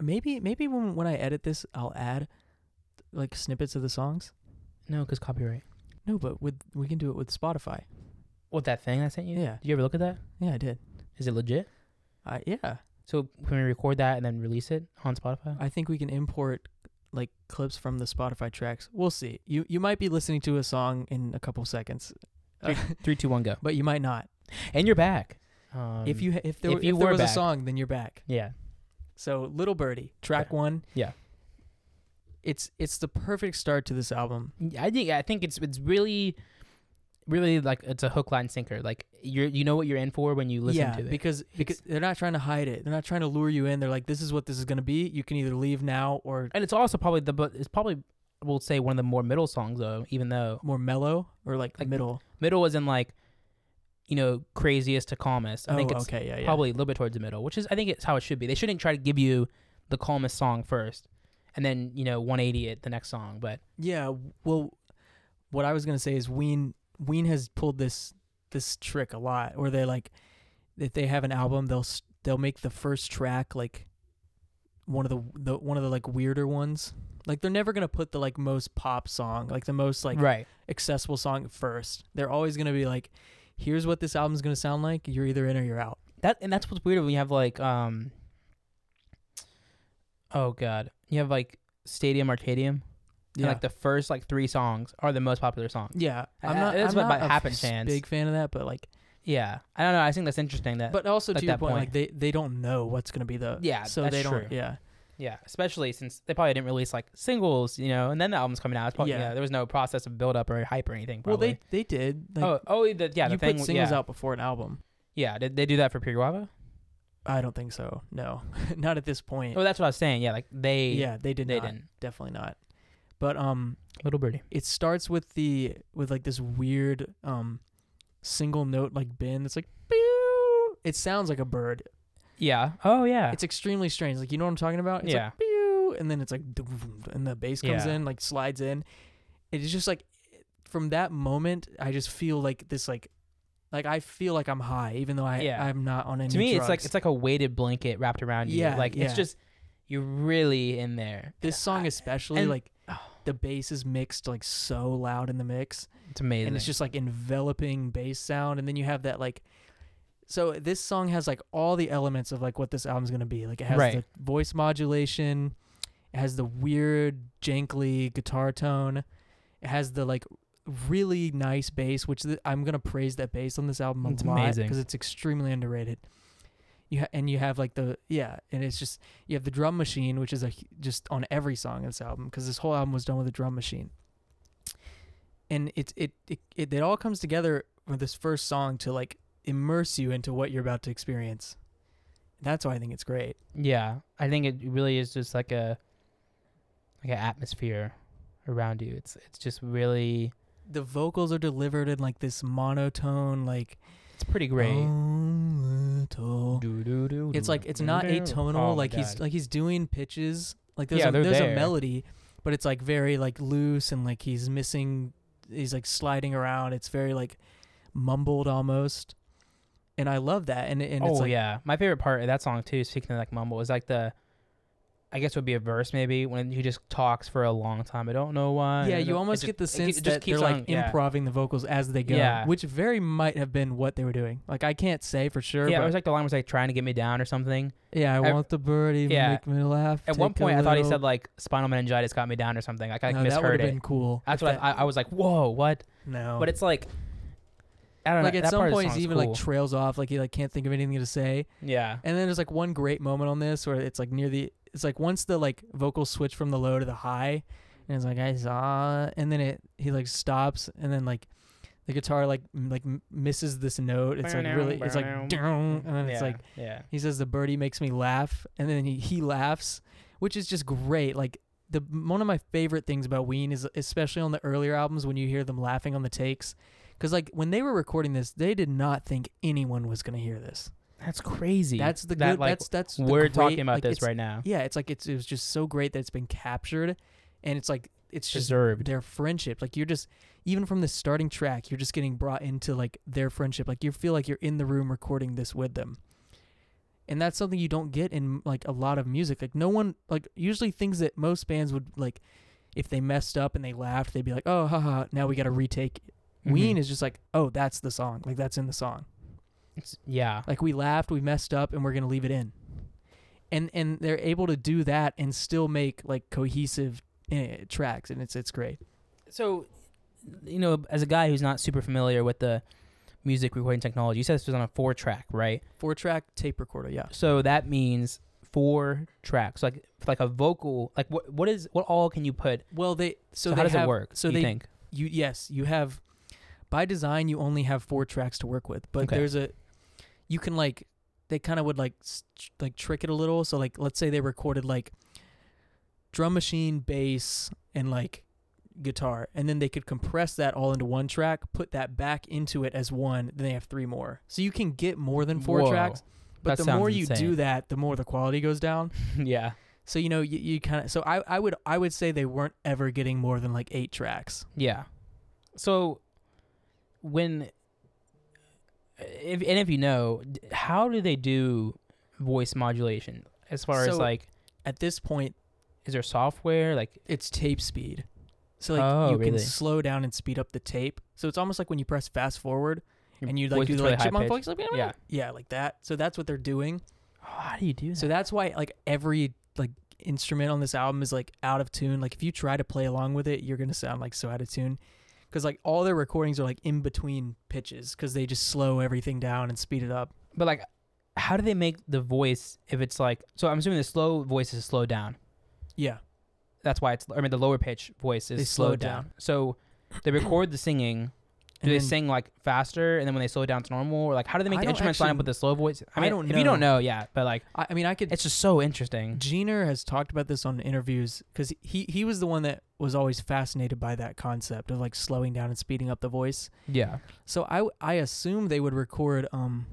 Speaker 2: Maybe maybe when when I edit this, I'll add like snippets of the songs.
Speaker 1: No, because copyright.
Speaker 2: No, but with we can do it with Spotify.
Speaker 1: What that thing I sent you?
Speaker 2: Yeah,
Speaker 1: Did you ever look at that?
Speaker 2: yeah, I did.
Speaker 1: Is it legit?
Speaker 2: I yeah,
Speaker 1: So can we record that and then release it on Spotify?
Speaker 2: I think we can import like clips from the Spotify tracks. We'll see. You you might be listening to a song in a couple seconds, uh,
Speaker 1: Three, two, one, go.
Speaker 2: but you might not.
Speaker 1: And you're back. Um,
Speaker 2: if you ha- if there
Speaker 1: if
Speaker 2: if,
Speaker 1: you
Speaker 2: there
Speaker 1: were
Speaker 2: was
Speaker 1: back.
Speaker 2: a song, then you're back.
Speaker 1: yeah,
Speaker 2: So Little Birdie, track
Speaker 1: Okay.
Speaker 2: one.
Speaker 1: Yeah.
Speaker 2: It's it's the perfect start to this album.
Speaker 1: I think I think it's it's really, really like it's a hook, line, sinker. Like you're you know what you're in for when you listen
Speaker 2: yeah,
Speaker 1: to it.
Speaker 2: because because they're not trying to hide it. They're not trying to lure you in. They're like, this is what this is gonna be. You can either leave now or
Speaker 1: and it's also probably the but it's probably we'll say one of the more middle songs though. Even though
Speaker 2: more mellow or like,
Speaker 1: Like,
Speaker 2: middle.
Speaker 1: middle was in like, you know, craziest to calmest. I
Speaker 2: oh,
Speaker 1: think it's
Speaker 2: okay, yeah, yeah.
Speaker 1: probably a little bit towards the middle, which is I think it's how it should be. They shouldn't try to give you the calmest song first, and then you know 180 at the next song. But
Speaker 2: Yeah, w- well, what I was gonna say is Ween Ween has pulled this this trick a lot, where they like if they have an album, they'll s- they'll make the first track like one of the, the one of the like weirder ones. Like they're never gonna put the like most pop song, like the most like
Speaker 1: right,
Speaker 2: accessible song first. They're always gonna be like, here's what this album's gonna sound like. You're either in or you're out.
Speaker 1: that and that's what's weird when you have like um, oh god, you have like Stadium Arcadium. Yeah.
Speaker 2: Yeah,
Speaker 1: like the first like three songs are the most popular songs.
Speaker 2: yeah. I'm
Speaker 1: Uh,
Speaker 2: not.
Speaker 1: it's
Speaker 2: I'm
Speaker 1: about-
Speaker 2: not
Speaker 1: about
Speaker 2: a
Speaker 1: happen
Speaker 2: s-
Speaker 1: chance.
Speaker 2: Big fan of that, but like,
Speaker 1: Yeah, I don't know. I think that's interesting. That
Speaker 2: but also
Speaker 1: like
Speaker 2: to your
Speaker 1: that
Speaker 2: point,
Speaker 1: point.
Speaker 2: like they they don't know what's gonna be the
Speaker 1: Yeah,
Speaker 2: So
Speaker 1: that's
Speaker 2: they don't.
Speaker 1: true.
Speaker 2: Yeah.
Speaker 1: yeah, especially since they probably didn't release like singles, you know, and then the album's coming out. It's probably, yeah.
Speaker 2: Yeah.
Speaker 1: there was no process of build up or hype or anything. Probably.
Speaker 2: Well, they they did. Like,
Speaker 1: oh, oh, the, yeah,
Speaker 2: you
Speaker 1: the thing.
Speaker 2: put
Speaker 1: was-
Speaker 2: singles
Speaker 1: yeah.
Speaker 2: out before an album.
Speaker 1: Yeah, did they do that for Pure Guava?
Speaker 2: I don't think so. No, not at this point.
Speaker 1: Well, that's what I was saying. Yeah, like Oh, they.
Speaker 2: yeah, they did
Speaker 1: they
Speaker 2: not.
Speaker 1: didn't.
Speaker 2: Definitely not. But um,
Speaker 1: Little birdie.
Speaker 2: it starts with the with like this weird um single note like bin. It's like pew. It sounds like a bird.
Speaker 1: Yeah. Oh yeah.
Speaker 2: It's extremely strange. Like you know what I'm talking about? It's
Speaker 1: yeah.
Speaker 2: Like, pew, and then it's like dum-dum-dum, and the bass comes
Speaker 1: Yeah.
Speaker 2: in, like slides in. It is just like from that moment, I just feel like this like like I feel like I'm high, even though I
Speaker 1: Yeah.
Speaker 2: I'm not on any.
Speaker 1: to me, it's like
Speaker 2: drugs.
Speaker 1: it's like a weighted blanket wrapped around you.
Speaker 2: Yeah,
Speaker 1: Like
Speaker 2: yeah.
Speaker 1: it's just you're really in there.
Speaker 2: this song especially
Speaker 1: and-
Speaker 2: like
Speaker 1: oh.
Speaker 2: the bass is mixed like so loud in the mix
Speaker 1: It's amazing.
Speaker 2: and it's just like enveloping bass sound and then you have that like so this song has like all the elements of like what this album's gonna be like it has
Speaker 1: Right.
Speaker 2: the voice modulation it has the weird jankly guitar tone it has the like really nice bass which th- i'm gonna praise that bass on this album a
Speaker 1: It's
Speaker 2: lot
Speaker 1: amazing.
Speaker 2: because it's extremely underrated you ha- and you have like the yeah and it's just you have the drum machine which is a hu- just on every song in this album because this whole album was done with a drum machine and it it, it it it all comes together with this first song to like immerse you into what you're about to experience that's why i think it's great
Speaker 1: yeah. I think it really is just like a like an atmosphere around you. It's it's just really
Speaker 2: the vocals are delivered in like this monotone like
Speaker 1: it's pretty great.
Speaker 2: "Oh, little."
Speaker 1: Doo-doo-doo-doo.
Speaker 2: it's like it's not atonal
Speaker 1: Oh my
Speaker 2: like he's
Speaker 1: God.
Speaker 2: like he's doing pitches like there's
Speaker 1: Yeah,
Speaker 2: a,
Speaker 1: they're
Speaker 2: there's a
Speaker 1: there.
Speaker 2: melody but it's like very like loose and like he's missing he's like sliding around it's very like mumbled almost and i love that and and
Speaker 1: oh
Speaker 2: it's like
Speaker 1: yeah, my favorite part of that song too. Speaking of like mumble, is like the, I guess would be a verse maybe when he just talks for a long time. I don't know why.
Speaker 2: Yeah,
Speaker 1: I
Speaker 2: you
Speaker 1: don't-
Speaker 2: almost
Speaker 1: it
Speaker 2: get the
Speaker 1: just- it
Speaker 2: sense
Speaker 1: just
Speaker 2: that they're
Speaker 1: keeps
Speaker 2: like
Speaker 1: on- yeah.
Speaker 2: improvising the vocals as they go,
Speaker 1: Yeah.
Speaker 2: which very might have been what they were doing. Like I can't say for sure,
Speaker 1: yeah,
Speaker 2: but
Speaker 1: it was like the line was like trying to get me down or something.
Speaker 2: yeah, I,
Speaker 1: I-
Speaker 2: want the birdie
Speaker 1: yeah.
Speaker 2: make me laugh.
Speaker 1: At one
Speaker 2: take a
Speaker 1: point, I thought he
Speaker 2: little-
Speaker 1: said like spinal meningitis got me down or something. Like I
Speaker 2: no, that would
Speaker 1: misheard
Speaker 2: have
Speaker 1: it.
Speaker 2: been cool.
Speaker 1: That's
Speaker 2: if
Speaker 1: what I, I, I was like. Whoa, what?
Speaker 2: that- no,
Speaker 1: But it's like, I don't
Speaker 2: like
Speaker 1: know.
Speaker 2: at
Speaker 1: that part
Speaker 2: some
Speaker 1: of the
Speaker 2: point
Speaker 1: song
Speaker 2: he
Speaker 1: is
Speaker 2: even
Speaker 1: cool.
Speaker 2: like trails off, like he like can't think of anything to say.
Speaker 1: yeah,
Speaker 2: And then there's like one great moment on this where it's like near the it's like once the like vocals switch from the low to the high and it's like I saw and then it he like stops and then like the guitar like m- like m- misses this note. It's like really it's like down and then it's
Speaker 1: Yeah,
Speaker 2: like
Speaker 1: yeah,
Speaker 2: he says the birdie makes me laugh and then he, he laughs, which is just great. Like the one of my favorite things about Ween is especially on the earlier albums when you hear them laughing on the takes cuz like when they were recording this, they did not think anyone was going to hear this.
Speaker 1: that's crazy.
Speaker 2: That's the
Speaker 1: That,
Speaker 2: good.
Speaker 1: like,
Speaker 2: that's that's the
Speaker 1: we're talking
Speaker 2: great-
Speaker 1: about
Speaker 2: like,
Speaker 1: this
Speaker 2: it's-
Speaker 1: right now.
Speaker 2: Yeah, it's like it's it was just so great that it's been captured, and it's like it's just
Speaker 1: Preserved.
Speaker 2: their friendship. Like you're just even from the starting track, you're just getting brought into like their friendship. Like you feel like you're in the room recording this with them, and that's something you don't get in like a lot of music. Like no one like usually things that most bands would like if they messed up and they laughed, they'd be like, oh haha, now we got to retake. it." Ween
Speaker 1: Mhm.
Speaker 2: is just like, oh, that's the song. Like that's in the song.
Speaker 1: It's- yeah,
Speaker 2: Like we laughed, we messed up, and we're gonna leave it in. And and they're able to do that and still make like cohesive eh, tracks, and it's it's great.
Speaker 1: so you know as a guy who's not super familiar with the music recording technology you said this was on a four track right
Speaker 2: Four track tape recorder, yeah.
Speaker 1: so that means four tracks like like a vocal like what what is what all can you put
Speaker 2: Well, they
Speaker 1: so,
Speaker 2: so, they
Speaker 1: how does
Speaker 2: have,
Speaker 1: it work
Speaker 2: So
Speaker 1: you
Speaker 2: they
Speaker 1: think
Speaker 2: you yes you have by design you only have four tracks to work with, but
Speaker 1: Okay.
Speaker 2: there's a you can like they kind of would like s- tr- like trick it a little. So like let's say they recorded like drum machine, bass, and like guitar, and then they could compress that all into one track, put that back into it as one. Then they have three more, so you can get more than four
Speaker 1: Whoa.
Speaker 2: tracks. But
Speaker 1: That
Speaker 2: the
Speaker 1: sounds
Speaker 2: more you do
Speaker 1: insane.
Speaker 2: that, the more the quality goes down.
Speaker 1: yeah
Speaker 2: So you know you, you kind of so I I would I would say they weren't ever getting more than like eight tracks.
Speaker 1: yeah so when if and if you know d- how do they do voice modulation as far as
Speaker 2: So-
Speaker 1: like
Speaker 2: At this point,
Speaker 1: is there software like
Speaker 2: it's tape speed. So like
Speaker 1: Oh,
Speaker 2: you can
Speaker 1: really?
Speaker 2: slow down and speed up the tape. So it's almost like when you press fast forward
Speaker 1: your
Speaker 2: and you
Speaker 1: voice
Speaker 2: like do
Speaker 1: gets
Speaker 2: the
Speaker 1: really
Speaker 2: like chipmunk
Speaker 1: high-pitched?
Speaker 2: voice, like,
Speaker 1: Yeah.
Speaker 2: yeah, like that. So that's what they're doing.
Speaker 1: Oh, how do you do that
Speaker 2: So that's why like every like instrument on this album is like out of tune. Like if you try to play along with it, you're gonna sound like so out of tune. Cause like all their recordings are like in between pitches, cause they just slow everything down and speed it up.
Speaker 1: But like, how do they make the voice if it's like? So I'm assuming the slow voice is slowed down.
Speaker 2: Yeah,
Speaker 1: That's why it's. I mean, the lower pitch voice is
Speaker 2: They slow
Speaker 1: slowed
Speaker 2: it down.
Speaker 1: down. So they record the singing, Do they
Speaker 2: And then-
Speaker 1: sing like faster and then when they slow it down to normal, or like how do they make
Speaker 2: I
Speaker 1: the
Speaker 2: don't
Speaker 1: instruments line up
Speaker 2: actually-
Speaker 1: with the slow voice? I
Speaker 2: I
Speaker 1: mean,
Speaker 2: don't
Speaker 1: if you don't
Speaker 2: know.
Speaker 1: know, yeah, but like
Speaker 2: I, I mean, I could.
Speaker 1: it's just so interesting.
Speaker 2: Jenner has talked about this on interviews because he he was the one that was always fascinated by that concept of like slowing down and speeding up the voice.
Speaker 1: Yeah,
Speaker 2: So I w- I assume they would record um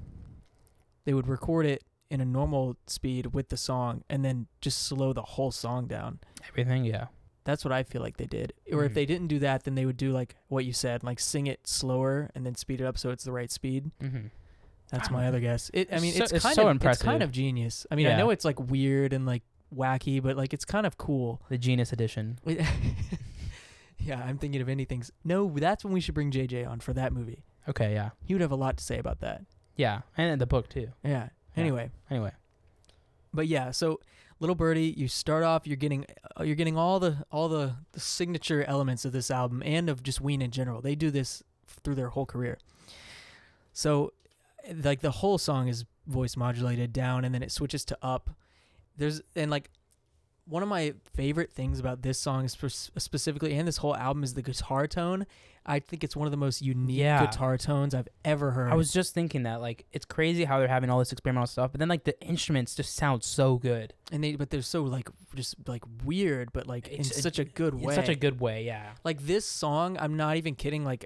Speaker 2: they would record it in a normal speed with the song and then just slow the whole song down.
Speaker 1: everything. Yeah,
Speaker 2: That's what I feel like they did. Or if
Speaker 1: Mm.
Speaker 2: they didn't do that, then they would do like what you said, like sing it slower and then speed it up so it's the right speed.
Speaker 1: mm-hmm.
Speaker 2: That's
Speaker 1: I don't
Speaker 2: my
Speaker 1: know.
Speaker 2: other guess. It I mean
Speaker 1: So-
Speaker 2: it's,
Speaker 1: it's
Speaker 2: kind
Speaker 1: so
Speaker 2: of it's
Speaker 1: impressive.
Speaker 2: kind of genius. I mean,
Speaker 1: Yeah.
Speaker 2: I know it's like weird and like wacky, but like it's kind of cool.
Speaker 1: the Genius Edition.
Speaker 2: yeah, I'm thinking of anything. s- No, that's when we should bring JJ on for that movie.
Speaker 1: Okay, yeah,
Speaker 2: He would have a lot to say about that.
Speaker 1: yeah, and the book too.
Speaker 2: Yeah.
Speaker 1: Yeah.
Speaker 2: Anyway,
Speaker 1: Anyway,
Speaker 2: but yeah, so Little Birdie, you start off, you're getting uh, you're getting all the all the, the signature elements of this album and of just Ween in general. They do this through their whole career. So like the whole song is voice modulated down and then it switches to up. There's and like one of my favorite things about this song is pers- specifically and this whole album is the guitar tone. I think it's one of the most unique
Speaker 1: Yeah.
Speaker 2: guitar tones I've ever heard.
Speaker 1: I was just thinking that like it's crazy how they're having all this experimental stuff, but then like the instruments just sound so good
Speaker 2: and they but they're so like just like weird but like in
Speaker 1: It's- it-
Speaker 2: such a good
Speaker 1: in
Speaker 2: way
Speaker 1: such a good way. Yeah,
Speaker 2: like this song i'm not even kidding like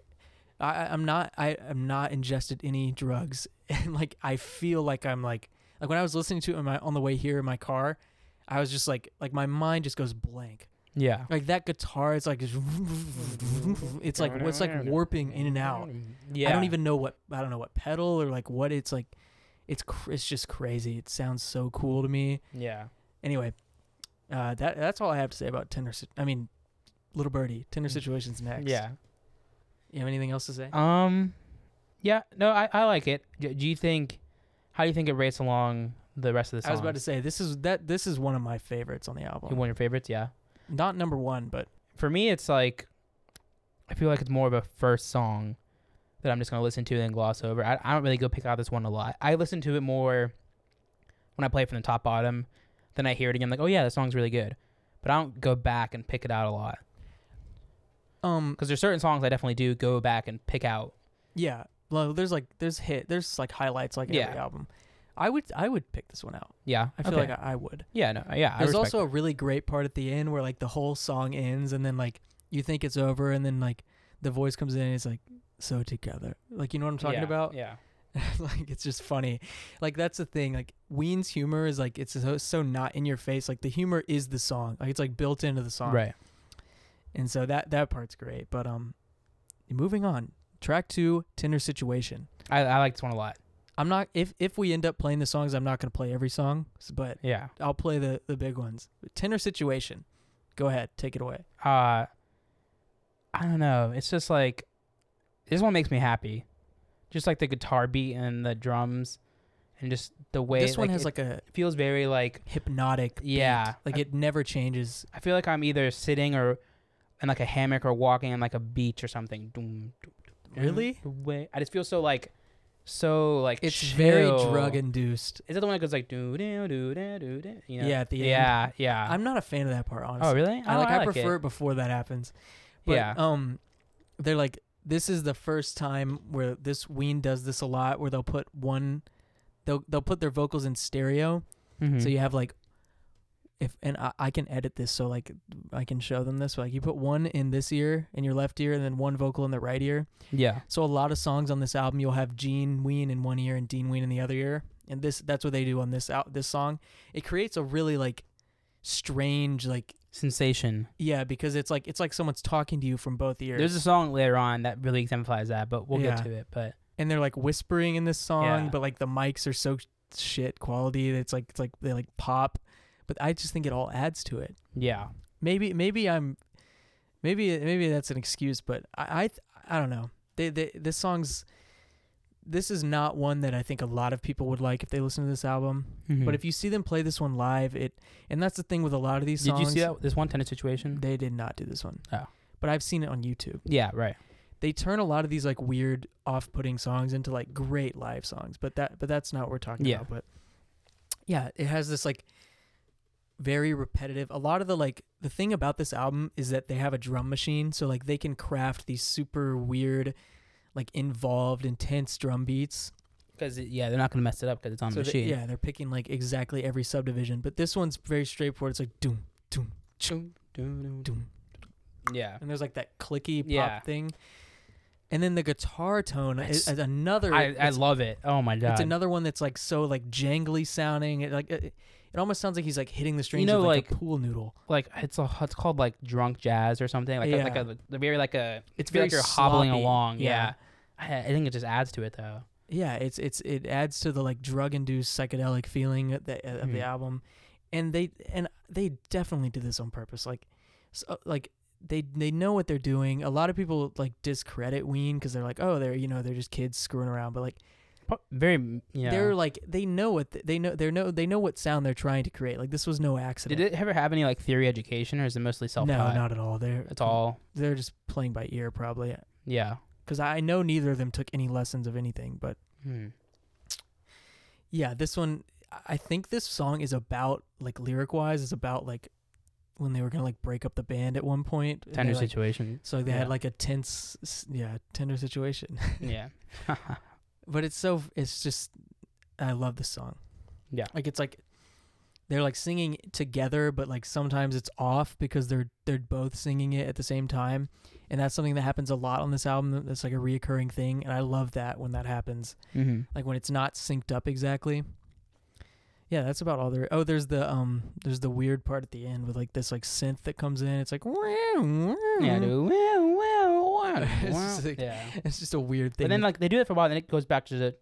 Speaker 2: i I- i'm not i i'm not ingested any drugs and like i feel like i'm like like when i was listening to it on my on the way here in my car i was just like like my mind just goes blank
Speaker 1: yeah.
Speaker 2: like that guitar is like just it's like it's like warping in and out
Speaker 1: Yeah,
Speaker 2: i don't even know what i don't know what pedal or like what it's like it's cr- it's just crazy it sounds so cool to me
Speaker 1: Yeah,
Speaker 2: anyway, uh, that that's all I have to say about Tinder. si- I mean, Little Birdie, Tinder
Speaker 1: Mm.
Speaker 2: situations next.
Speaker 1: yeah.
Speaker 2: You have anything else to say?
Speaker 1: Um, yeah, no, I, I like it. Do, do you think? How do you think it rates along the rest of the song?
Speaker 2: I was about to say this is that this is one of my favorites on the album.
Speaker 1: one of your favorites, yeah.
Speaker 2: Not number one, but
Speaker 1: For me, it's like I feel like it's more of a first song that I'm just gonna listen to and then gloss over. I, I don't really go pick out this one a lot. I listen to it more when I play it from the top bottom. Then I hear it again, like, oh yeah, that song's really good. But I don't go back and pick it out a lot
Speaker 2: um,
Speaker 1: because there's certain songs I definitely do go back and pick out.
Speaker 2: yeah. Well, there's like there's hit there's like highlights like
Speaker 1: Yeah.
Speaker 2: every album. I would I would pick this one out.
Speaker 1: Yeah,
Speaker 2: I feel
Speaker 1: okay.
Speaker 2: like I, I would.
Speaker 1: yeah, no, yeah. I
Speaker 2: There's
Speaker 1: respect
Speaker 2: also a really great part at the end where like the whole song ends and then like you think it's over and then like the voice comes in and it's like so together. Like you know what I'm
Speaker 1: it.
Speaker 2: talking
Speaker 1: Yeah,
Speaker 2: about?
Speaker 1: Yeah,
Speaker 2: like it's just funny like that's the thing like ween's humor is like it's so, so not in your face like the humor is the song like it's like built into the song
Speaker 1: right.
Speaker 2: and so that that part's great but um moving on track two tinder situation
Speaker 1: I, I like this one a lot.
Speaker 2: i'm not if if we end up playing the songs i'm not going to play every song s- but
Speaker 1: Yeah.
Speaker 2: i'll play the the big ones tinder situation go ahead take it away
Speaker 1: Uh I don't know. It's just like this one makes me happy. Just like the guitar beat and the drums and just the way
Speaker 2: this one has
Speaker 1: it
Speaker 2: like a
Speaker 1: feels very like
Speaker 2: hypnotic beat.
Speaker 1: Yeah.
Speaker 2: like it never changes
Speaker 1: I feel like I'm either sitting or in like a hammock or walking on like a beach or something. Doom, doom, doom,
Speaker 2: Really?
Speaker 1: the way- I just feel so like so like
Speaker 2: it's very
Speaker 1: chill.
Speaker 2: drug induced
Speaker 1: Is that the one that goes like do do do do do do? You know?
Speaker 2: yeah at the end
Speaker 1: Yeah. Yeah.
Speaker 2: i'm not a fan of that part honestly
Speaker 1: oh really?
Speaker 2: I
Speaker 1: Oh,
Speaker 2: like. I,
Speaker 1: it.
Speaker 2: prefer it. before that happens. But,
Speaker 1: Yeah.
Speaker 2: Um, they're like, this is the first time where this Ween does this a lot, where they'll put one, they'll they'll put their vocals in stereo,
Speaker 1: Mhm.
Speaker 2: so you have like, if and I, I can edit this so like I can show them this. Like you put one in this ear in your left ear, and then one vocal in the right ear.
Speaker 1: yeah.
Speaker 2: So a lot of songs on this album, you'll have Gene Ween in one ear and Dean Ween in the other ear, and this that's what they do on this out this song. It creates a really like strange like
Speaker 1: Sensation.
Speaker 2: yeah, because it's like it's like someone's talking to you from both ears,
Speaker 1: There's a song later on that really exemplifies that, but we'll
Speaker 2: Yeah.
Speaker 1: get to it. But
Speaker 2: and they're like whispering in this song,
Speaker 1: Yeah.
Speaker 2: but like the mics are so shit quality. that It's like it's like they like pop, but I just think it all adds to it.
Speaker 1: yeah,
Speaker 2: Maybe maybe I'm, maybe maybe that's an excuse, but I I, I don't know. They, they this song's, this is not one that I think a lot of people would like if they listen to this album.
Speaker 1: Hmm.
Speaker 2: But if you see them play this one live, it and that's the thing with a lot of these
Speaker 1: did
Speaker 2: songs.
Speaker 1: you see that this one tennis situation?
Speaker 2: They did not do this one.
Speaker 1: Oh.
Speaker 2: But I've seen it on YouTube.
Speaker 1: yeah, right.
Speaker 2: they turn a lot of these like weird off-putting songs into like great live songs but that but that's not what we're talking
Speaker 1: Yeah.
Speaker 2: about but yeah it has this like very repetitive a lot of the like the thing about this album is that they have a drum machine so like they can craft these super weird like involved, intense drum beats.
Speaker 1: Because yeah, they're not gonna mess it up because it's on
Speaker 2: So
Speaker 1: a
Speaker 2: they-
Speaker 1: machine.
Speaker 2: yeah, they're picking like exactly every subdivision. But this one's very straightforward. It's like doom, doom, doom,
Speaker 1: Yeah.
Speaker 2: and there's like that clicky pop
Speaker 1: Yeah.
Speaker 2: thing. And then the guitar tone is,
Speaker 1: That's-
Speaker 2: is another.
Speaker 1: I, I
Speaker 2: it's-
Speaker 1: love it. Oh my god.
Speaker 2: It's another one that's like so like jangly sounding. It, like it, it almost sounds like he's like hitting the strings
Speaker 1: know,
Speaker 2: with like, a
Speaker 1: like-
Speaker 2: pool noodle.
Speaker 1: like it's a, it's called like drunk jazz or something. Like a, like
Speaker 2: Yeah.
Speaker 1: a the very like a
Speaker 2: It's
Speaker 1: feel
Speaker 2: very
Speaker 1: like you're hobbling
Speaker 2: sloppy.
Speaker 1: along. Yeah. I, I think it just adds to it though.
Speaker 2: yeah. It's it's it adds to the like drug induced psychedelic feeling of the, of
Speaker 1: Mhm.
Speaker 2: the album, and they and they definitely did this on purpose. Like, so, like they they know what they're doing. A lot of people like discredit Ween because they're like, oh, they're you know they're just kids screwing around, but like
Speaker 1: Pro- Very yeah.
Speaker 2: they're like they know what th- they know they know they know what sound they're trying to create. Like this was no accident.
Speaker 1: Did it ever have any like theory education or is it mostly
Speaker 2: no,
Speaker 1: self taught?
Speaker 2: not at all. They're
Speaker 1: It's all
Speaker 2: they're just playing by ear probably.
Speaker 1: yeah.
Speaker 2: because I know neither of them took any lessons of anything. But
Speaker 1: Hmm.
Speaker 2: yeah, this one, I- I think this song is about like lyric wise, is about like when they were gonna like break up the band at one point. and they,
Speaker 1: Tender
Speaker 2: like-
Speaker 1: situation.
Speaker 2: So they
Speaker 1: Yeah.
Speaker 2: had like a tense, s- yeah, tender situation.
Speaker 1: yeah.
Speaker 2: but it's so it's just I love this song.
Speaker 1: Yeah.
Speaker 2: like it's like they're like singing together, but like sometimes it's off because they're they're both singing it at the same time, and that's something that happens a lot on this album. That's like a reoccurring thing, and I love that when that happens.
Speaker 1: mm-hmm.
Speaker 2: like when it's not synced up exactly. Yeah, that's about all there. Oh, there's the um, there's the weird part at the end with like this like synth that comes in. It's like
Speaker 1: Yeah.
Speaker 2: yeah,
Speaker 1: dude. Wow, wow, wow,
Speaker 2: Mm-hmm. It's
Speaker 1: wow.
Speaker 2: just like-
Speaker 1: yeah.
Speaker 2: It's just a weird thing.
Speaker 1: But then like they do it for a while, then it goes back to the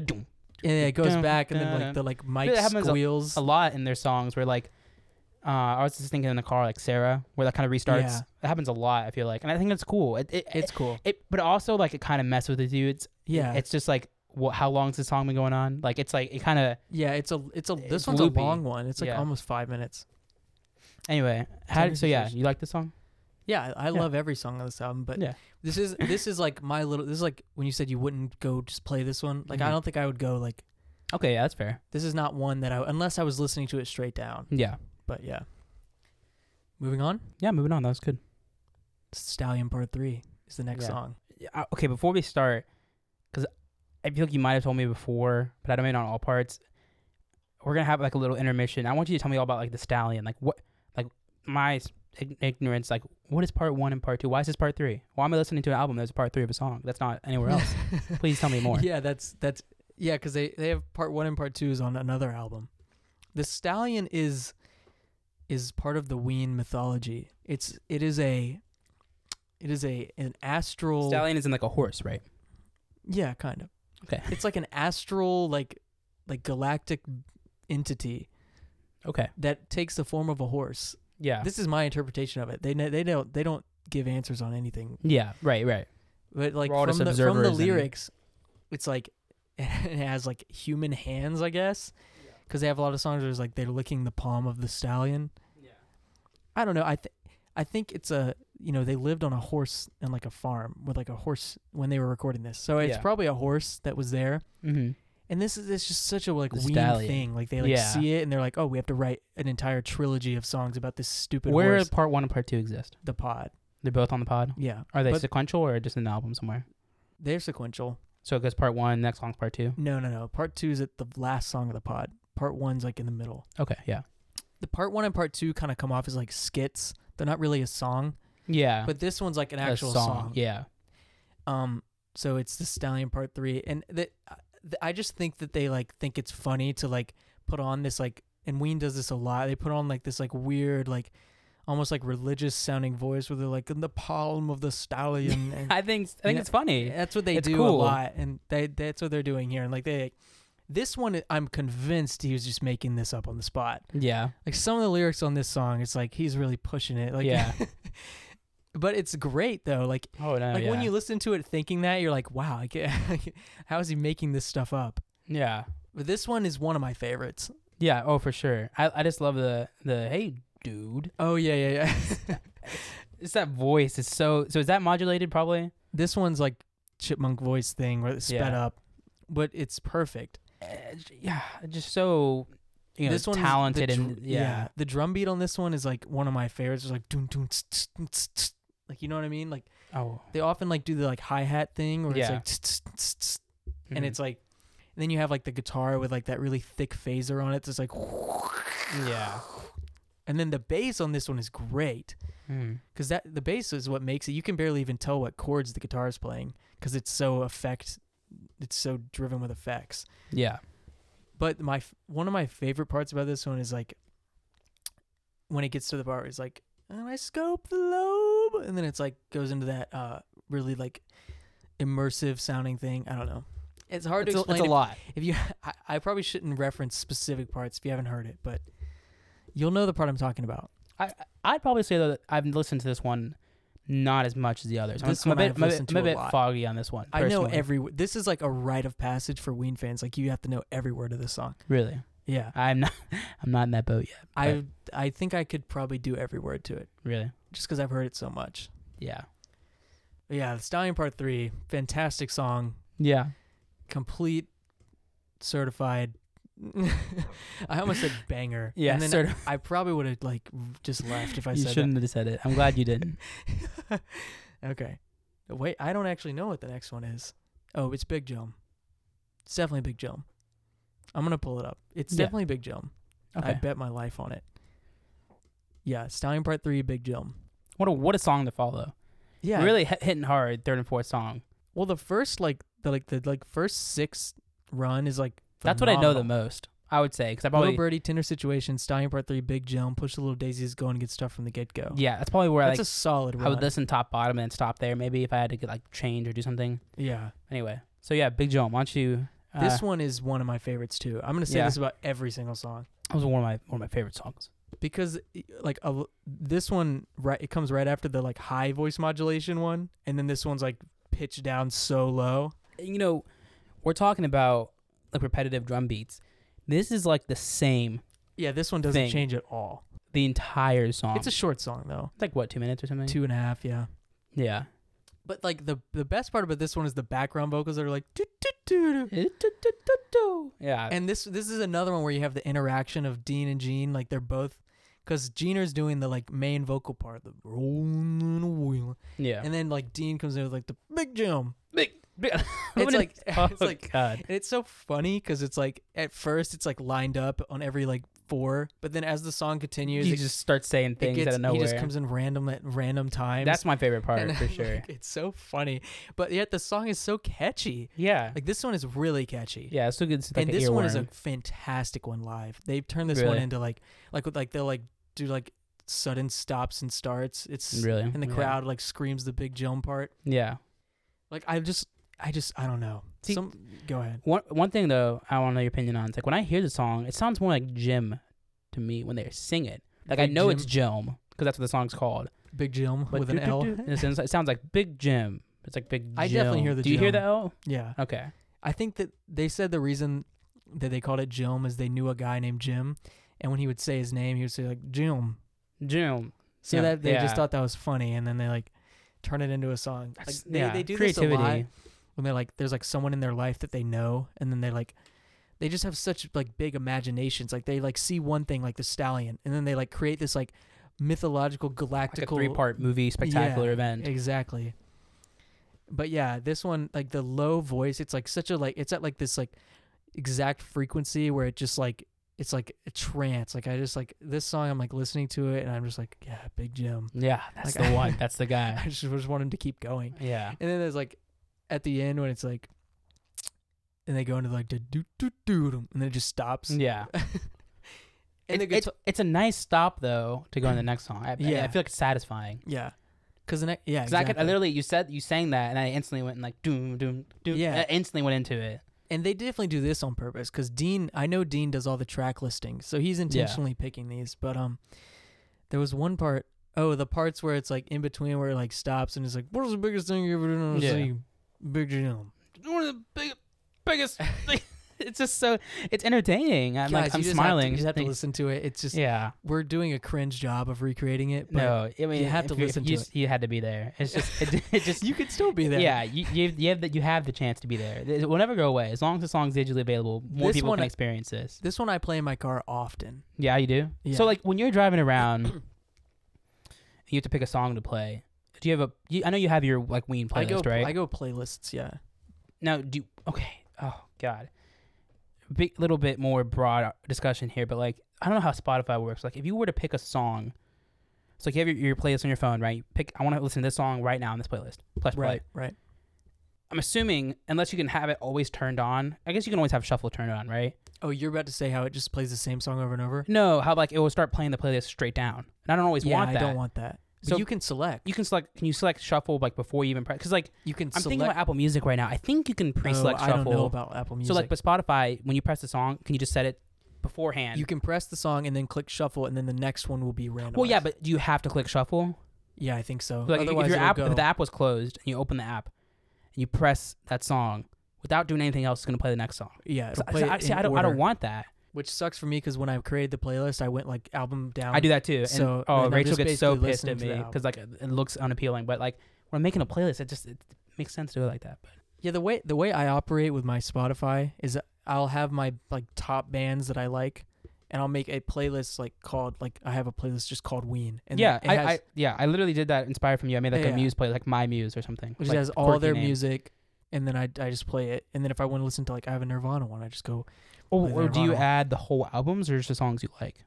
Speaker 1: doom.
Speaker 2: and then it goes
Speaker 1: dun,
Speaker 2: back, and then
Speaker 1: dun,
Speaker 2: like the like mic
Speaker 1: Dude, that happens a-
Speaker 2: squeals.
Speaker 1: a lot in their songs where like uh, I was just thinking in the car like Sarah where that kind of restarts.
Speaker 2: Yeah.
Speaker 1: It happens a lot. I feel like, and I think that's cool. It, it,
Speaker 2: it's
Speaker 1: it's
Speaker 2: cool.
Speaker 1: it, but also like it kind of messes with the dudes.
Speaker 2: Yeah,
Speaker 1: it's just like wha how long's this song been going on? Like it's like it kind of
Speaker 2: yeah. It's a it's a this
Speaker 1: it's
Speaker 2: one's
Speaker 1: loopy.
Speaker 2: a long one. It's like
Speaker 1: Yeah.
Speaker 2: almost five minutes.
Speaker 1: anyway. How,
Speaker 2: Tender
Speaker 1: so yeah,
Speaker 2: Situation.
Speaker 1: you like this song?
Speaker 2: Yeah, I I
Speaker 1: Yeah.
Speaker 2: love every song on this album, but
Speaker 1: Yeah.
Speaker 2: this is this is like my little. This is like when you said you wouldn't go just play this one. Like I
Speaker 1: Mhm.
Speaker 2: don't think I would go like
Speaker 1: Okay, yeah, that's fair.
Speaker 2: this is not one that I unless I was listening to it straight down.
Speaker 1: Yeah,
Speaker 2: But yeah. Moving on,
Speaker 1: yeah. Moving on, that was good.
Speaker 2: Stallion Part Three is the next
Speaker 1: Yeah.
Speaker 2: song.
Speaker 1: uh, okay, before we start, because I feel like you might have told me before, but I don't mean on all parts. We're gonna have like a little intermission. I want you to tell me all about like the stallion, like what, like my s- ig- ignorance, like what is part one and part two? Why is this part three? Why am I listening to an album that's part three of a song that's not anywhere else? Please tell me more.
Speaker 2: yeah, that's that's yeah, because they they have Part One and Part Two is on another album. The Stallion is is part of the Ween mythology. It's it is a it is a an astral
Speaker 1: Stallion is in like a horse, right?
Speaker 2: Yeah, kind of.
Speaker 1: Okay.
Speaker 2: It's like an astral like like galactic entity
Speaker 1: Okay.
Speaker 2: that takes the form of a horse.
Speaker 1: Yeah.
Speaker 2: This is my interpretation of it. They ne- they don't they don't give answers on anything
Speaker 1: yeah. Right. Right.
Speaker 2: But like
Speaker 1: We're all just
Speaker 2: from the, from the
Speaker 1: observers and-
Speaker 2: lyrics, it's like it has like human hands, I guess, because they have a lot of songs where it's like they're licking the palm of the stallion.
Speaker 1: Yeah.
Speaker 2: I don't know. I think I think it's a you know they lived on a horse and like a farm with like a horse when they were recording this, so it's
Speaker 1: Yeah.
Speaker 2: probably a horse that was there.
Speaker 1: Mm-hmm.
Speaker 2: And this is it's just such a like
Speaker 1: The
Speaker 2: weird
Speaker 1: stallion.
Speaker 2: thing. Like they like
Speaker 1: Yeah.
Speaker 2: see it and they're like, oh, we have to write an entire trilogy of songs about this stupid
Speaker 1: Where
Speaker 2: horse.
Speaker 1: part one and part two exist?
Speaker 2: The pod,
Speaker 1: They're both on the pod.
Speaker 2: yeah,
Speaker 1: Are they
Speaker 2: But-
Speaker 1: sequential or just in the album somewhere?
Speaker 2: they're sequential.
Speaker 1: So it goes part one, next song's part two.
Speaker 2: No, no, no. Part two is at the last song of the pod. Part one's like in the middle.
Speaker 1: Okay. Yeah.
Speaker 2: The part one and part two kind of come off as like skits. They're not really a song,
Speaker 1: Yeah.
Speaker 2: but this one's like an
Speaker 1: a
Speaker 2: actual song.
Speaker 1: Yeah.
Speaker 2: Um, so it's the stallion part three, and that I just think that they like think it's funny to like put on this like, and Ween does this a lot. They put on like this like weird like, almost like religious sounding voice where they're like in the palm of the stallion. and
Speaker 1: I think I think
Speaker 2: Yeah.
Speaker 1: it's funny.
Speaker 2: That's what they
Speaker 1: It's
Speaker 2: do a
Speaker 1: cool.
Speaker 2: lot, and they that's what they're doing here. And like they, this one, I'm convinced he was just making this up on the spot.
Speaker 1: Yeah.
Speaker 2: Like some of the lyrics on this song, it's like he's really pushing it. Like
Speaker 1: Yeah.
Speaker 2: but it's great though. Like
Speaker 1: Oh no.
Speaker 2: like
Speaker 1: yeah.
Speaker 2: when you listen to it, thinking that you're like, wow, I get, how is he making this stuff up?
Speaker 1: yeah.
Speaker 2: But this one is one of my favorites.
Speaker 1: Yeah. Oh, for sure. I, I just love the the hey dude.
Speaker 2: Oh yeah yeah yeah.
Speaker 1: It's that voice. It's so so. Is that modulated? Probably.
Speaker 2: this one's like chipmunk voice thing where it's sped
Speaker 1: Yeah.
Speaker 2: up, but it's perfect.
Speaker 1: Uh, j- yeah. Just so you know
Speaker 2: this one
Speaker 1: talented
Speaker 2: is the
Speaker 1: and
Speaker 2: dr-
Speaker 1: yeah.
Speaker 2: The drum beat on this one is like one of my favorites. It's like dun, dun, tss, tss, tss, tss, Like you know what I mean? Like
Speaker 1: Oh,
Speaker 2: they often like do the like hi hat thing where
Speaker 1: Yeah. Mm-hmm.
Speaker 2: it's like tss, tss, tss, tss, and it's like and then you have like the guitar with like that really thick phaser on it that's like
Speaker 1: yeah.
Speaker 2: and then the bass on this one is great
Speaker 1: Mm.
Speaker 2: because that the bass is what makes it you can barely even tell what chords the guitar is playing because it's so effect it's so driven with effects
Speaker 1: Yeah.
Speaker 2: but my f- one of my favorite parts about this one is like when it gets to the part where it's like and I scope the lobe and then it's like goes into that uh really like immersive sounding thing. I don't know. It's hard
Speaker 1: It's
Speaker 2: to
Speaker 1: a,
Speaker 2: explain.
Speaker 1: it's a lot.
Speaker 2: If, if you, I, I probably shouldn't reference specific parts if you haven't heard it, but you'll know the part I'm talking about.
Speaker 1: I I'd probably say though that I've listened to this one not as much as the others. I'm-
Speaker 2: This
Speaker 1: I'm,
Speaker 2: one
Speaker 1: a bit,
Speaker 2: I've
Speaker 1: I'm a bit-
Speaker 2: listened
Speaker 1: I'm a
Speaker 2: to a
Speaker 1: bit
Speaker 2: lot.
Speaker 1: foggy on this one.
Speaker 2: I know
Speaker 1: personally.
Speaker 2: every. This is like a rite of passage for Ween fans. Like you have to know every word of this song.
Speaker 1: really.
Speaker 2: Yeah,
Speaker 1: I'm not I'm not in that boat yet.
Speaker 2: I I think I could probably do every word to it
Speaker 1: Really.
Speaker 2: just because I've heard it so much.
Speaker 1: Yeah.
Speaker 2: Yeah, the Stallion Part Three, fantastic song,
Speaker 1: Yeah.
Speaker 2: complete, certified. I almost said banger.
Speaker 1: Yeah.
Speaker 2: and then
Speaker 1: sort of.
Speaker 2: I probably would have like just left if I
Speaker 1: you
Speaker 2: said
Speaker 1: shouldn't have said it. I'm glad you didn't.
Speaker 2: that. okay, wait, I don't actually know what the next one is. Oh, it's Big Jim. It's definitely Big Jim. I'm gonna pull it up. It's
Speaker 1: Yeah.
Speaker 2: definitely Big Jim. I
Speaker 1: Okay.
Speaker 2: bet my life on it. Yeah, Stallion Part Three, Big Jim.
Speaker 1: What a what a song to follow.
Speaker 2: Yeah,
Speaker 1: Really hit, hitting hard third and fourth song.
Speaker 2: Well, the first like the like the like first six run is like
Speaker 1: That's what I know the
Speaker 2: phenomenal.
Speaker 1: most. I would say because I
Speaker 2: Little
Speaker 1: probably
Speaker 2: Birdie, Tinder Situation, Stallion Part Three, Big Jim, Push the Little Daisies, Go and Get Stuff from the Get Go.
Speaker 1: yeah that's probably where I
Speaker 2: that's
Speaker 1: like
Speaker 2: a solid run.
Speaker 1: I would listen top bottom and then stop there maybe if I had to get, like change or do something.
Speaker 2: yeah,
Speaker 1: Anyway, so yeah, Big Joe, why don't you? Uh,
Speaker 2: this one is one of my favorites too. I'm gonna say
Speaker 1: Yeah.
Speaker 2: this about every single song
Speaker 1: that was one of my one of my favorite songs.
Speaker 2: because like a, this one right it comes right after the like high voice modulation one, and then this one's like pitched down so low.
Speaker 1: you know, we're talking about like repetitive drum beats. This is like the same
Speaker 2: Yeah, this one doesn't
Speaker 1: Thing. Um,
Speaker 2: change at all.
Speaker 1: the entire song.
Speaker 2: it's a short song though,
Speaker 1: like what two minutes or something.
Speaker 2: two and a half. Yeah.
Speaker 1: Yeah.
Speaker 2: But like the the best part about this one is the background vocals that are like doo doo doo doo.
Speaker 1: Yeah.
Speaker 2: And this this is another one where you have the interaction of Dean and Gene, like they're both because Jeaner's doing the like main vocal part, the rolling in a wheel,
Speaker 1: yeah.
Speaker 2: and then like Dean comes in with like the big jam.
Speaker 1: it's
Speaker 2: It's like it's
Speaker 1: oh,
Speaker 2: like
Speaker 1: God.
Speaker 2: and it's so funny because it's like at first it's like lined up on every like four, but then as the song continues,
Speaker 1: He
Speaker 2: it,
Speaker 1: just starts saying
Speaker 2: it
Speaker 1: things
Speaker 2: gets
Speaker 1: out of nowhere.
Speaker 2: he just comes in random at random times.
Speaker 1: That's my favorite part
Speaker 2: And,
Speaker 1: for
Speaker 2: like,
Speaker 1: sure.
Speaker 2: it's so funny, but yet the song is so catchy.
Speaker 1: Yeah.
Speaker 2: Like this one is really catchy.
Speaker 1: yeah. It's still good. It's like
Speaker 2: and
Speaker 1: an
Speaker 2: this one is a
Speaker 1: earworm.
Speaker 2: fantastic one live. They've turned this one
Speaker 1: Really?
Speaker 2: into like like with- like they'll like do like sudden stops and starts. It's
Speaker 1: really
Speaker 2: and the
Speaker 1: yeah.
Speaker 2: crowd like screams the big jump part.
Speaker 1: Yeah.
Speaker 2: Like I just I just I don't know.
Speaker 1: See-
Speaker 2: Some go ahead.
Speaker 1: One one thing though, I want to know your opinion on. It's like when I hear the song, it sounds more like Jim to me when they sing it. Like I
Speaker 2: Big
Speaker 1: know
Speaker 2: Jim-
Speaker 1: it's Jim because that's what the song's called.
Speaker 2: Big Jim
Speaker 1: But
Speaker 2: with an L.
Speaker 1: doo-doo-doo, It sounds, it sounds like Big Jim. It's like Big.
Speaker 2: I definitely
Speaker 1: Jim.
Speaker 2: hear the
Speaker 1: Do you hear
Speaker 2: Jim.
Speaker 1: the L?
Speaker 2: Yeah.
Speaker 1: Okay.
Speaker 2: I think that they said the reason that they called it Jim is they knew a guy named Jim and when he would say his name he would say like Jim.
Speaker 1: Jim.
Speaker 2: So
Speaker 1: Yeah.
Speaker 2: that they just
Speaker 1: Yeah.
Speaker 2: thought that was funny and then they like turn it into a song. Like,
Speaker 1: That's-
Speaker 2: they,
Speaker 1: yeah.
Speaker 2: they do
Speaker 1: Creativity.
Speaker 2: this a lot. when they're like there's like someone in their life that they know and then they like they just have such like big imaginations like they like see one thing like the stallion and then they like create this like mythological
Speaker 1: Like a
Speaker 2: galactical
Speaker 1: three-part movie spectacular
Speaker 2: Yeah,
Speaker 1: event.
Speaker 2: exactly but yeah this one like the low voice it's like such a like it's at like this like exact frequency where it just like it's like a trance like i just like this song i'm like listening to it and i'm just like yeah big jim
Speaker 1: Yeah, that's
Speaker 2: Like,
Speaker 1: the one. That's the guy.
Speaker 2: i just, just want him to keep going
Speaker 1: Yeah.
Speaker 2: and then there's like at the end when it's like, and they go into like the do do do dum, and then it just stops.
Speaker 1: Yeah.
Speaker 2: And the
Speaker 1: It- it's,
Speaker 2: guitar,
Speaker 1: it's a nice stop though to go in the next song. I, yeah. I,
Speaker 2: Yeah.
Speaker 1: feel like it's satisfying.
Speaker 2: yeah, because the next yeah,
Speaker 1: Because I could, I
Speaker 2: exactly.
Speaker 1: literally, you said you sang that, and I instantly went and like doom doom doom.
Speaker 2: Yeah.
Speaker 1: I instantly went into it.
Speaker 2: and they definitely do this on purpose because Dean, I know Dean does all the track listings, so he's intentionally picking these. But um, there was one part. Oh, the parts where it's like in between where it like stops and it's like, what was the biggest thing you ever did on a
Speaker 1: Yeah.
Speaker 2: scene? Big Jim.
Speaker 1: one of the big, biggest. it's just so it's entertaining. I'm like
Speaker 2: Guys,
Speaker 1: I'm
Speaker 2: you just have to-
Speaker 1: smiling.
Speaker 2: you just have to
Speaker 1: Like,
Speaker 2: listen to it. It's just
Speaker 1: Yeah.
Speaker 2: we're doing a cringe job of recreating it. But
Speaker 1: No, I mean
Speaker 2: you have
Speaker 1: if
Speaker 2: to
Speaker 1: you're-
Speaker 2: listen
Speaker 1: you,
Speaker 2: to
Speaker 1: s- You had to be there. It's just it, it just
Speaker 2: you could still be there.
Speaker 1: yeah. You you you have the, you have the chance to be there. It will never go away as long as the song's digitally available. More
Speaker 2: This
Speaker 1: people
Speaker 2: one
Speaker 1: can
Speaker 2: I-
Speaker 1: experience this.
Speaker 2: This one I play in my car often.
Speaker 1: Yeah, you do.
Speaker 2: Yeah.
Speaker 1: So like when you're driving around, and you have to pick a song to play. Do you have a? You, I know you have your like Ween
Speaker 2: I
Speaker 1: playlist,
Speaker 2: go
Speaker 1: right?
Speaker 2: I go playlists. Yeah.
Speaker 1: now do okay. Oh God, big little bit more broad discussion here, but like I don't know how Spotify works. Like if you were to pick a song, so like you have your, your playlist on your phone, right? You pick I want to listen to this song right now in this playlist. Plus play.
Speaker 2: Right. Right.
Speaker 1: I'm assuming unless you can have it always turned on. I guess you can always have shuffle turned on, right?
Speaker 2: Oh, you're about to say how it just plays the same song over and over.
Speaker 1: No, how like it will start playing the playlist straight down, and I don't always
Speaker 2: yeah,
Speaker 1: want that.
Speaker 2: I don't want that. But
Speaker 1: So-
Speaker 2: you can select.
Speaker 1: you can select. Can you select shuffle like before you even press? Because like
Speaker 2: You can
Speaker 1: I'm
Speaker 2: select.
Speaker 1: thinking about Apple Music right now. I think you can pre-select
Speaker 2: oh,
Speaker 1: shuffle.
Speaker 2: I don't know about Apple Music.
Speaker 1: So like, but Spotify, when you press the song, can you just set it beforehand?
Speaker 2: you can press the song and then click shuffle, and then the next one will be random.
Speaker 1: well, yeah, but do you have to click shuffle?
Speaker 2: yeah, I think so.
Speaker 1: Like, if-
Speaker 2: Otherwise,
Speaker 1: if your
Speaker 2: it'll
Speaker 1: app,
Speaker 2: go.
Speaker 1: if the app was closed, and you open the app, and you press that song without doing anything else, it's gonna play the next song.
Speaker 2: yeah, it'll
Speaker 1: So-
Speaker 2: play
Speaker 1: so
Speaker 2: it
Speaker 1: I, see,
Speaker 2: in
Speaker 1: I don't, I
Speaker 2: order,
Speaker 1: don't want that.
Speaker 2: which sucks for me because when I created the playlist, I went like album down.
Speaker 1: I do that too. And,
Speaker 2: so-
Speaker 1: oh,
Speaker 2: and I'm
Speaker 1: Rachel
Speaker 2: just
Speaker 1: gets so
Speaker 2: basically
Speaker 1: pissed at
Speaker 2: listening to
Speaker 1: me
Speaker 2: the
Speaker 1: because like it it looks unappealing. But like when I'm making a playlist, it just it makes sense to do it like that. But
Speaker 2: Yeah, the way the way I operate with my Spotify is I'll have my like top bands that I like, and I'll make a playlist like called like I have a playlist just called Ween. And
Speaker 1: yeah,
Speaker 2: it
Speaker 1: I,
Speaker 2: has-
Speaker 1: I yeah, I literally did that inspired from you. I made like
Speaker 2: Yeah.
Speaker 1: a muse play like my muse or something.
Speaker 2: which
Speaker 1: like,
Speaker 2: has all their
Speaker 1: quirky name.
Speaker 2: music, and then I I just play it. And then if I want to listen to like I have a Nirvana one, I just go
Speaker 1: Oh,
Speaker 2: Play
Speaker 1: or do you
Speaker 2: Nirvana.
Speaker 1: add the whole albums or just the songs you like?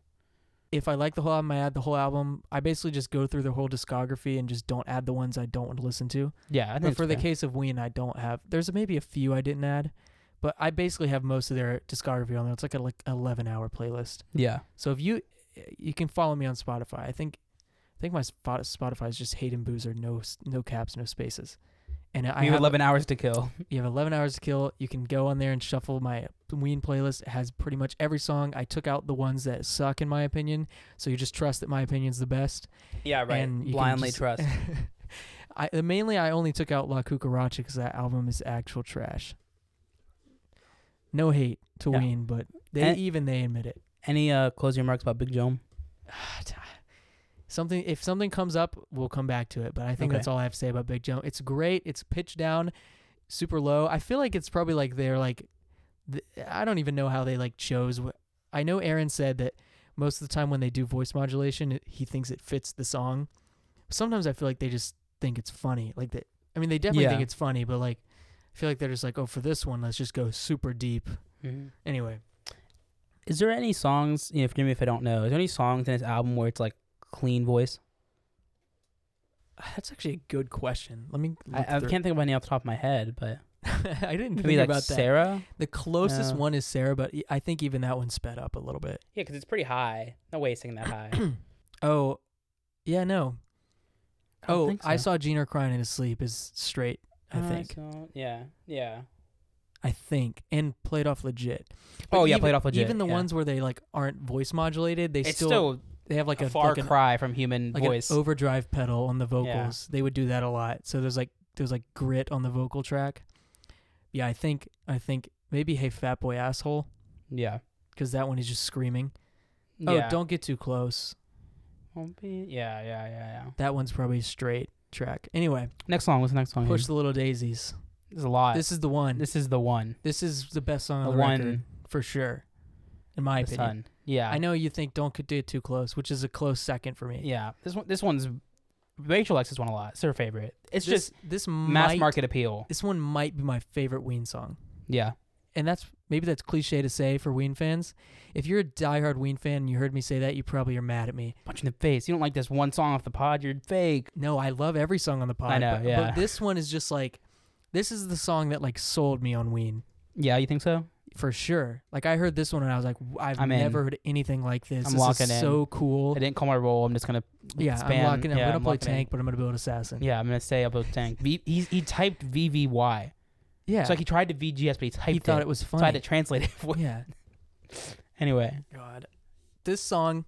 Speaker 2: if I like the whole album, I add the whole album. I basically just go through the whole discography and just don't add the ones I don't want to listen to.
Speaker 1: Yeah, I
Speaker 2: but
Speaker 1: think
Speaker 2: for the case of Ween, I don't have. There's maybe a few I didn't add, but I basically have most of their discography on there. It's like a like 11 hour playlist.
Speaker 1: yeah,
Speaker 2: So if you you can follow me on Spotify. I think I think my Spot- Spotify is just Hayden Boozer, no s- no caps, no spaces. And I
Speaker 1: we have
Speaker 2: have,
Speaker 1: eleven hours to kill.
Speaker 2: you have 11 hours to kill. You can go on there and shuffle my Ween playlist. It has pretty much every song. I took out the ones that suck in my opinion, so you just trust that my opinion's the best.
Speaker 1: Yeah,
Speaker 2: And you can
Speaker 1: Blindly
Speaker 2: just-
Speaker 1: trust.
Speaker 2: I uh, mainly I only took out La Cucaracha because that album is actual trash. No hate to
Speaker 1: Yeah.
Speaker 2: Ween, but they
Speaker 1: And-
Speaker 2: even they admit it.
Speaker 1: Any uh, closing remarks about Big Joe?
Speaker 2: something if something comes up we'll come back to it but i think
Speaker 1: Okay.
Speaker 2: that's all i have to say about big jump it's great it's pitched down super low i feel like it's probably like they're like th- i don't even know how they like chose wh- i know aaron said that most of the time when they do voice modulation it- he thinks it fits the song sometimes i feel like they just think it's funny like that i mean they definitely think
Speaker 1: Yeah.
Speaker 2: it's funny but like i feel like they're just like oh for this one let's just go super deep Mm-hmm. anyway
Speaker 1: Is there any songs? You know, forgive me if I don't know. Is there any songs in his album where it's like clean voice?
Speaker 2: that's actually a good question let me
Speaker 1: I,
Speaker 2: look
Speaker 1: I
Speaker 2: through-
Speaker 1: can't think of any off the top of my head, but
Speaker 2: i didn't think
Speaker 1: maybe like
Speaker 2: about that
Speaker 1: Sarah.
Speaker 2: The closest
Speaker 1: No.
Speaker 2: one is Sarah, but e, I think even that one sped up a little bit.
Speaker 1: Yeah, because it's pretty high. No way he's singing that high.
Speaker 2: Oh, yeah, no.
Speaker 1: don't
Speaker 2: oh,
Speaker 1: think
Speaker 2: I
Speaker 1: so.
Speaker 2: saw Gina crying in his sleep is straight. I
Speaker 1: Uh,
Speaker 2: think.
Speaker 1: so- yeah, yeah.
Speaker 2: I think, and played off legit.
Speaker 1: Oh, yeah,
Speaker 2: even,
Speaker 1: played off legit,
Speaker 2: Even the
Speaker 1: yeah.
Speaker 2: ones where they like aren't voice modulated, they
Speaker 1: It's
Speaker 2: still,
Speaker 1: still,
Speaker 2: they have like
Speaker 1: a,
Speaker 2: a
Speaker 1: far
Speaker 2: like an-
Speaker 1: cry from human
Speaker 2: like
Speaker 1: voice.
Speaker 2: an overdrive pedal on the vocals. They would do that a lot. So there's like there's like grit on the vocal track. Yeah, I think I think maybe hey fat boy asshole
Speaker 1: yeah.
Speaker 2: because that one is just screaming.
Speaker 1: yeah.
Speaker 2: Oh, don't get too close.
Speaker 1: Won't be- Yeah, yeah, yeah, yeah.
Speaker 2: That one's probably a straight track. Anyway,
Speaker 1: Next song. What's the next song?
Speaker 2: Push the Little Daisies.
Speaker 1: There's a lot. This,
Speaker 2: This is the one. This,
Speaker 1: this is the one.
Speaker 2: is the best song on
Speaker 1: The
Speaker 2: the,
Speaker 1: one-
Speaker 2: record for sure, in my
Speaker 1: The sun.
Speaker 2: opinion.
Speaker 1: Yeah.
Speaker 2: I know you think "Don't Get- Do It Too Close," which is a close second for me.
Speaker 1: Yeah, this one, this one's Rachel likes this one a lot. It's her favorite. It's
Speaker 2: this,
Speaker 1: just
Speaker 2: this
Speaker 1: mass
Speaker 2: might,
Speaker 1: market appeal.
Speaker 2: This one might be my favorite Ween song,
Speaker 1: Yeah,
Speaker 2: and that's maybe that's cliche to say for Ween fans. If you're a diehard Ween fan and you heard me say that, you probably are mad at me.
Speaker 1: punch in the face. You don't like this one song off the pod. You're fake.
Speaker 2: No, I love every song on the pod.
Speaker 1: I know,
Speaker 2: but,
Speaker 1: yeah.
Speaker 2: but this one is just like, this is the song that like sold me on Ween.
Speaker 1: Yeah, you think so?
Speaker 2: for sure. Like I heard this one and I was like, w- I've
Speaker 1: I'm in.
Speaker 2: never heard anything like this.
Speaker 1: I'm
Speaker 2: this
Speaker 1: locking
Speaker 2: is
Speaker 1: in.
Speaker 2: so
Speaker 1: I
Speaker 2: cool.
Speaker 1: didn't call my role. I'm just gonna
Speaker 2: Yeah, I'm
Speaker 1: spam-
Speaker 2: locking. in. I'm
Speaker 1: yeah,
Speaker 2: gonna
Speaker 1: I'm
Speaker 2: play
Speaker 1: locking in.
Speaker 2: tank, but I'm gonna build assassin.
Speaker 1: yeah, I'm gonna say about tank. V, he he typed VVY.
Speaker 2: yeah.
Speaker 1: It's like he tried to VGS, but he typed
Speaker 2: he thought
Speaker 1: it.
Speaker 2: it was
Speaker 1: so
Speaker 2: funny.
Speaker 1: I had to translate it. For
Speaker 2: yeah.
Speaker 1: Anyway,
Speaker 2: God, this song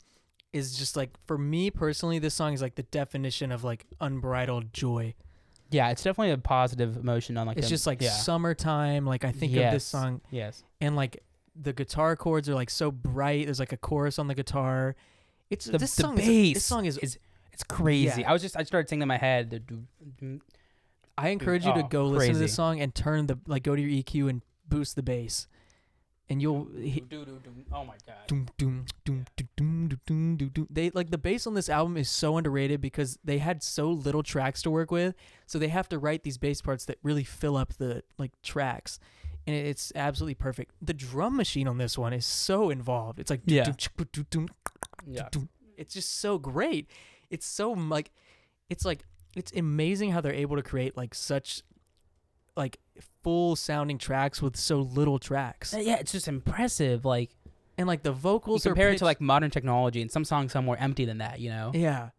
Speaker 2: is just like for me personally. This song is like the definition of like unbridled joy.
Speaker 1: yeah, it's definitely a positive emotion on like.
Speaker 2: it's
Speaker 1: a-
Speaker 2: just like
Speaker 1: yeah,
Speaker 2: summertime. Like I think of
Speaker 1: Yes.
Speaker 2: this song
Speaker 1: yes,
Speaker 2: and like the guitar chords are like so bright. There's like a chorus on the guitar. It's
Speaker 1: the,
Speaker 2: this
Speaker 1: the
Speaker 2: song. is,
Speaker 1: bass
Speaker 2: this song is
Speaker 1: is it's crazy.
Speaker 2: Yeah.
Speaker 1: I was just I started singing in my head. The, do- do-
Speaker 2: I encourage you to
Speaker 1: oh,
Speaker 2: go listen to this
Speaker 1: crazy.
Speaker 2: song and turn the like go to your EQ and boost the bass, and you'll hit
Speaker 1: do- do- do- oh my god.
Speaker 2: doom doom doom doom doom doom doo, doo, doo. They like the bass on this album is so underrated because they had so little tracks to work with, so they have to write these bass parts that really fill up the like tracks, and it- it's absolutely perfect. The drum machine on this one is so involved. It's like doo,
Speaker 1: Yeah.
Speaker 2: doo, chick, doo, doo, doo,
Speaker 1: Yeah.
Speaker 2: doo. it's just so great. It's so m- like, it's like it's amazing how they're able to create like such like full sounding tracks with so little tracks,
Speaker 1: Yeah, it's just impressive. Like
Speaker 2: and like the
Speaker 1: you
Speaker 2: vocals are
Speaker 1: compare it
Speaker 2: pitched-
Speaker 1: to like modern technology, and some songs sound more empty than that. You know.
Speaker 2: Yeah.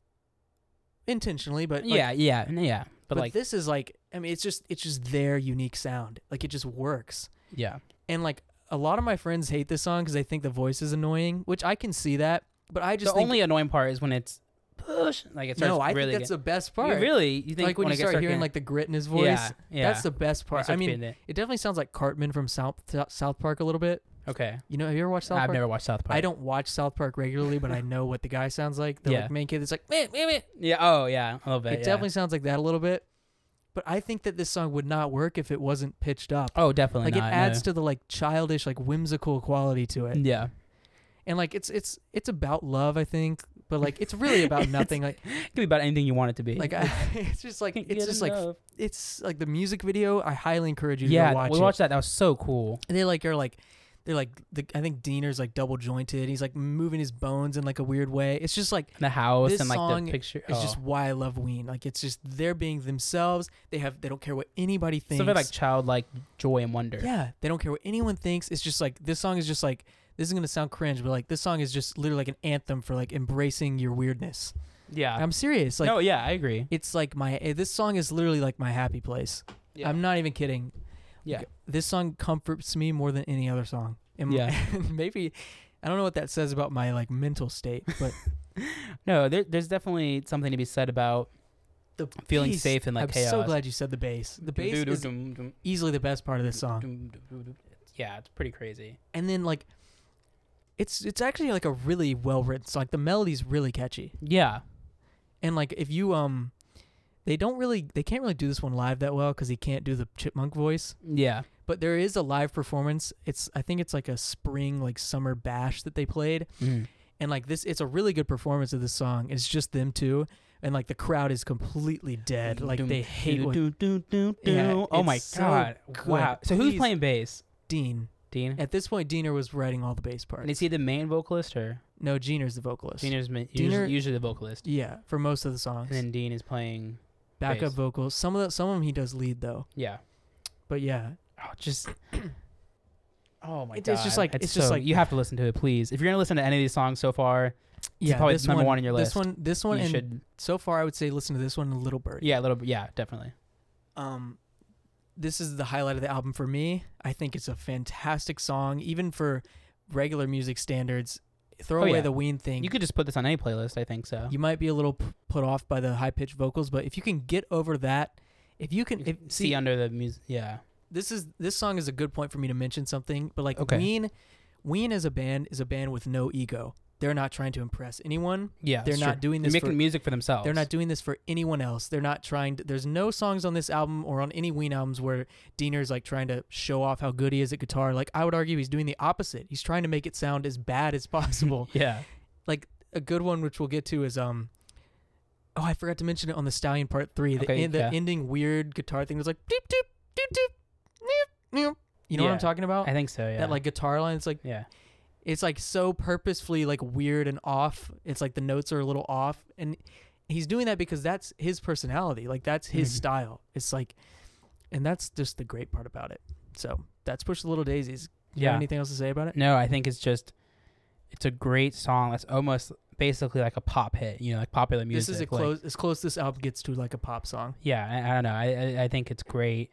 Speaker 2: Intentionally, but like,
Speaker 1: yeah, yeah, and yeah. But,
Speaker 2: but,
Speaker 1: like,
Speaker 2: this is like I mean it's just it's just their unique sound. Like it just works.
Speaker 1: yeah,
Speaker 2: And like a lot of my friends hate this song because they think the voice is annoying, which I can see that. But I
Speaker 1: the
Speaker 2: just think,
Speaker 1: only annoying part is when it's push. Like it starts
Speaker 2: no, I
Speaker 1: really.
Speaker 2: think that's
Speaker 1: get-
Speaker 2: the best part.
Speaker 1: You really, you think
Speaker 2: like when you
Speaker 1: it gets
Speaker 2: start hearing
Speaker 1: getting-
Speaker 2: like the grit in his voice,
Speaker 1: Yeah, yeah.
Speaker 2: that's the best
Speaker 1: when it
Speaker 2: part. I
Speaker 1: starts
Speaker 2: mean,
Speaker 1: being it.
Speaker 2: it definitely sounds like Cartman from South South Park a little bit.
Speaker 1: okay.
Speaker 2: You know, have you ever watched South
Speaker 1: I've
Speaker 2: Park?
Speaker 1: never watched South Park.
Speaker 2: I don't watch South Park regularly, but I know what the guy sounds like. The like,
Speaker 1: Yeah.
Speaker 2: main kid that's like, meh, meh, meh.
Speaker 1: Yeah. Oh, yeah. A little bit.
Speaker 2: it
Speaker 1: yeah.
Speaker 2: definitely sounds like that a little bit. But I think that this song would not work if it wasn't pitched up.
Speaker 1: Oh, definitely.
Speaker 2: like
Speaker 1: not, Mm.
Speaker 2: it
Speaker 1: no.
Speaker 2: adds to the like childish, like whimsical quality to it.
Speaker 1: Yeah.
Speaker 2: And like it's it's it's about love, I think, but like it's really about
Speaker 1: It's-
Speaker 2: nothing. Like
Speaker 1: It could be about anything you want it to be.
Speaker 2: like I, it's just like
Speaker 1: Can't
Speaker 2: it's
Speaker 1: get
Speaker 2: just like
Speaker 1: enough.
Speaker 2: it's like the music video. I highly encourage you to
Speaker 1: yeah.
Speaker 2: go watch
Speaker 1: we
Speaker 2: it.
Speaker 1: watched that. That was so cool.
Speaker 2: And they like are like they're like the, I think Diener's like double jointed. He's like moving his bones in like a weird way. It's just like
Speaker 1: The house
Speaker 2: This
Speaker 1: and like
Speaker 2: song
Speaker 1: the picture.
Speaker 2: it's just why I love Ween. Like it's just they're being themselves. They have they don't care what anybody
Speaker 1: oh.
Speaker 2: thinks.
Speaker 1: something like childlike joy and wonder.
Speaker 2: Yeah, they don't care what anyone thinks. It's just like this song is just like this is gonna sound cringe, but like this song is just literally like an anthem for like embracing your weirdness.
Speaker 1: Yeah.
Speaker 2: I'm serious. Like
Speaker 1: no. Yeah. I agree.
Speaker 2: it's like my eh, this song is literally like my happy place.
Speaker 1: Yeah.
Speaker 2: I'm not even kidding.
Speaker 1: Yeah.
Speaker 2: Like, this song comforts me more than any other song. And
Speaker 1: Yeah.
Speaker 2: maybe I don't know what that says about my like mental state, but
Speaker 1: No. There, there's definitely something to be said about
Speaker 2: the
Speaker 1: feeling
Speaker 2: bass-
Speaker 1: safe in like
Speaker 2: I'm
Speaker 1: chaos.
Speaker 2: so glad you said the bass. The bass is easily the best part of this song.
Speaker 1: Yeah, it's pretty crazy.
Speaker 2: And then like it's it's actually like a really well written song. Like the melody's really catchy.
Speaker 1: Yeah.
Speaker 2: and like if you um they don't really they can't really do this one live that well because he can't do the chipmunk voice
Speaker 1: Yeah.
Speaker 2: but there is a live performance it's i think it's like a spring like summer bash that they played and like this it's a really good performance of this song it's just them two and like the crowd is completely dead like they hate what Yeah,
Speaker 1: oh my
Speaker 2: it's so
Speaker 1: god!
Speaker 2: good.
Speaker 1: Wow. So who's
Speaker 2: Please.
Speaker 1: playing bass?
Speaker 2: dean
Speaker 1: Dean.
Speaker 2: at this point diener was writing all the bass parts
Speaker 1: And is he the main vocalist or
Speaker 2: no diener's the vocalist
Speaker 1: Dean is ma-
Speaker 2: Diener-
Speaker 1: usually, usually the vocalist,
Speaker 2: yeah for most of the songs
Speaker 1: and then Dean is playing.
Speaker 2: backup
Speaker 1: bass.
Speaker 2: vocals some of the some of them he does lead though
Speaker 1: Yeah.
Speaker 2: but yeah
Speaker 1: Oh, just. Oh my
Speaker 2: It-
Speaker 1: god!
Speaker 2: it's just like- it's just
Speaker 1: so-
Speaker 2: like-
Speaker 1: you have to listen to it, please. If you're gonna listen to any of these songs so far, it's
Speaker 2: yeah
Speaker 1: probably
Speaker 2: this
Speaker 1: number
Speaker 2: one,
Speaker 1: one on your
Speaker 2: this
Speaker 1: list.
Speaker 2: one this one
Speaker 1: you
Speaker 2: and
Speaker 1: should.
Speaker 2: so far I would say listen to this one and Little Birdie.
Speaker 1: Yeah, a little. bit- Yeah, definitely.
Speaker 2: Um this is the highlight of the album for me. I think it's a fantastic song even for regular music standards. Throw
Speaker 1: Oh,
Speaker 2: away
Speaker 1: yeah.
Speaker 2: the Ween thing.
Speaker 1: You
Speaker 2: You,
Speaker 1: could just put this on any playlist. I think so.
Speaker 2: might be a little p- put off by the high pitched vocals, but if you can get over that, if you can
Speaker 1: You
Speaker 2: if,
Speaker 1: can
Speaker 2: see,
Speaker 1: see uh, under the music. Yeah.
Speaker 2: this is this song is a good point for me to mention something, but like
Speaker 1: Okay.
Speaker 2: Ween Ween as a band is a band with no ego. They're not trying to impress anyone.
Speaker 1: Yeah,
Speaker 2: They're
Speaker 1: it's
Speaker 2: not
Speaker 1: true.
Speaker 2: doing
Speaker 1: They're
Speaker 2: this
Speaker 1: making
Speaker 2: for-
Speaker 1: music for themselves.
Speaker 2: They're not doing this for anyone else. They're not trying to. There's no songs on this album or on any Ween albums where Diener's like trying to show off how good he is at guitar. Like I would argue he's doing the opposite. He's trying to make it sound as bad as possible.
Speaker 1: Yeah,
Speaker 2: A good one which we'll get to is um Oh, I forgot to mention it on the Stallion Part 3. The,
Speaker 1: Okay,
Speaker 2: en- the
Speaker 1: yeah.
Speaker 2: ending weird guitar thing was like doop doop doop doop meow, meow. You know what I'm
Speaker 1: Yeah.
Speaker 2: talking about?
Speaker 1: Oh, I think so. Yeah,
Speaker 2: That like guitar line it's like
Speaker 1: yeah,
Speaker 2: it's like so purposefully like weird and off. It's like the notes are a little off and he's doing that because that's his personality. Like that's his
Speaker 1: Mhm.
Speaker 2: style. It's like and that's just the great part about it. So that's Push the Little Daisies. You yeah.
Speaker 1: yeah.
Speaker 2: anything else to say about it?
Speaker 1: No, I think it's just it's a great song. That's almost basically like a pop hit. You know, like popular music.
Speaker 2: this is a
Speaker 1: like-
Speaker 2: close as close this album gets to like a pop song.
Speaker 1: yeah, I, I don't know. I, I I think it's great.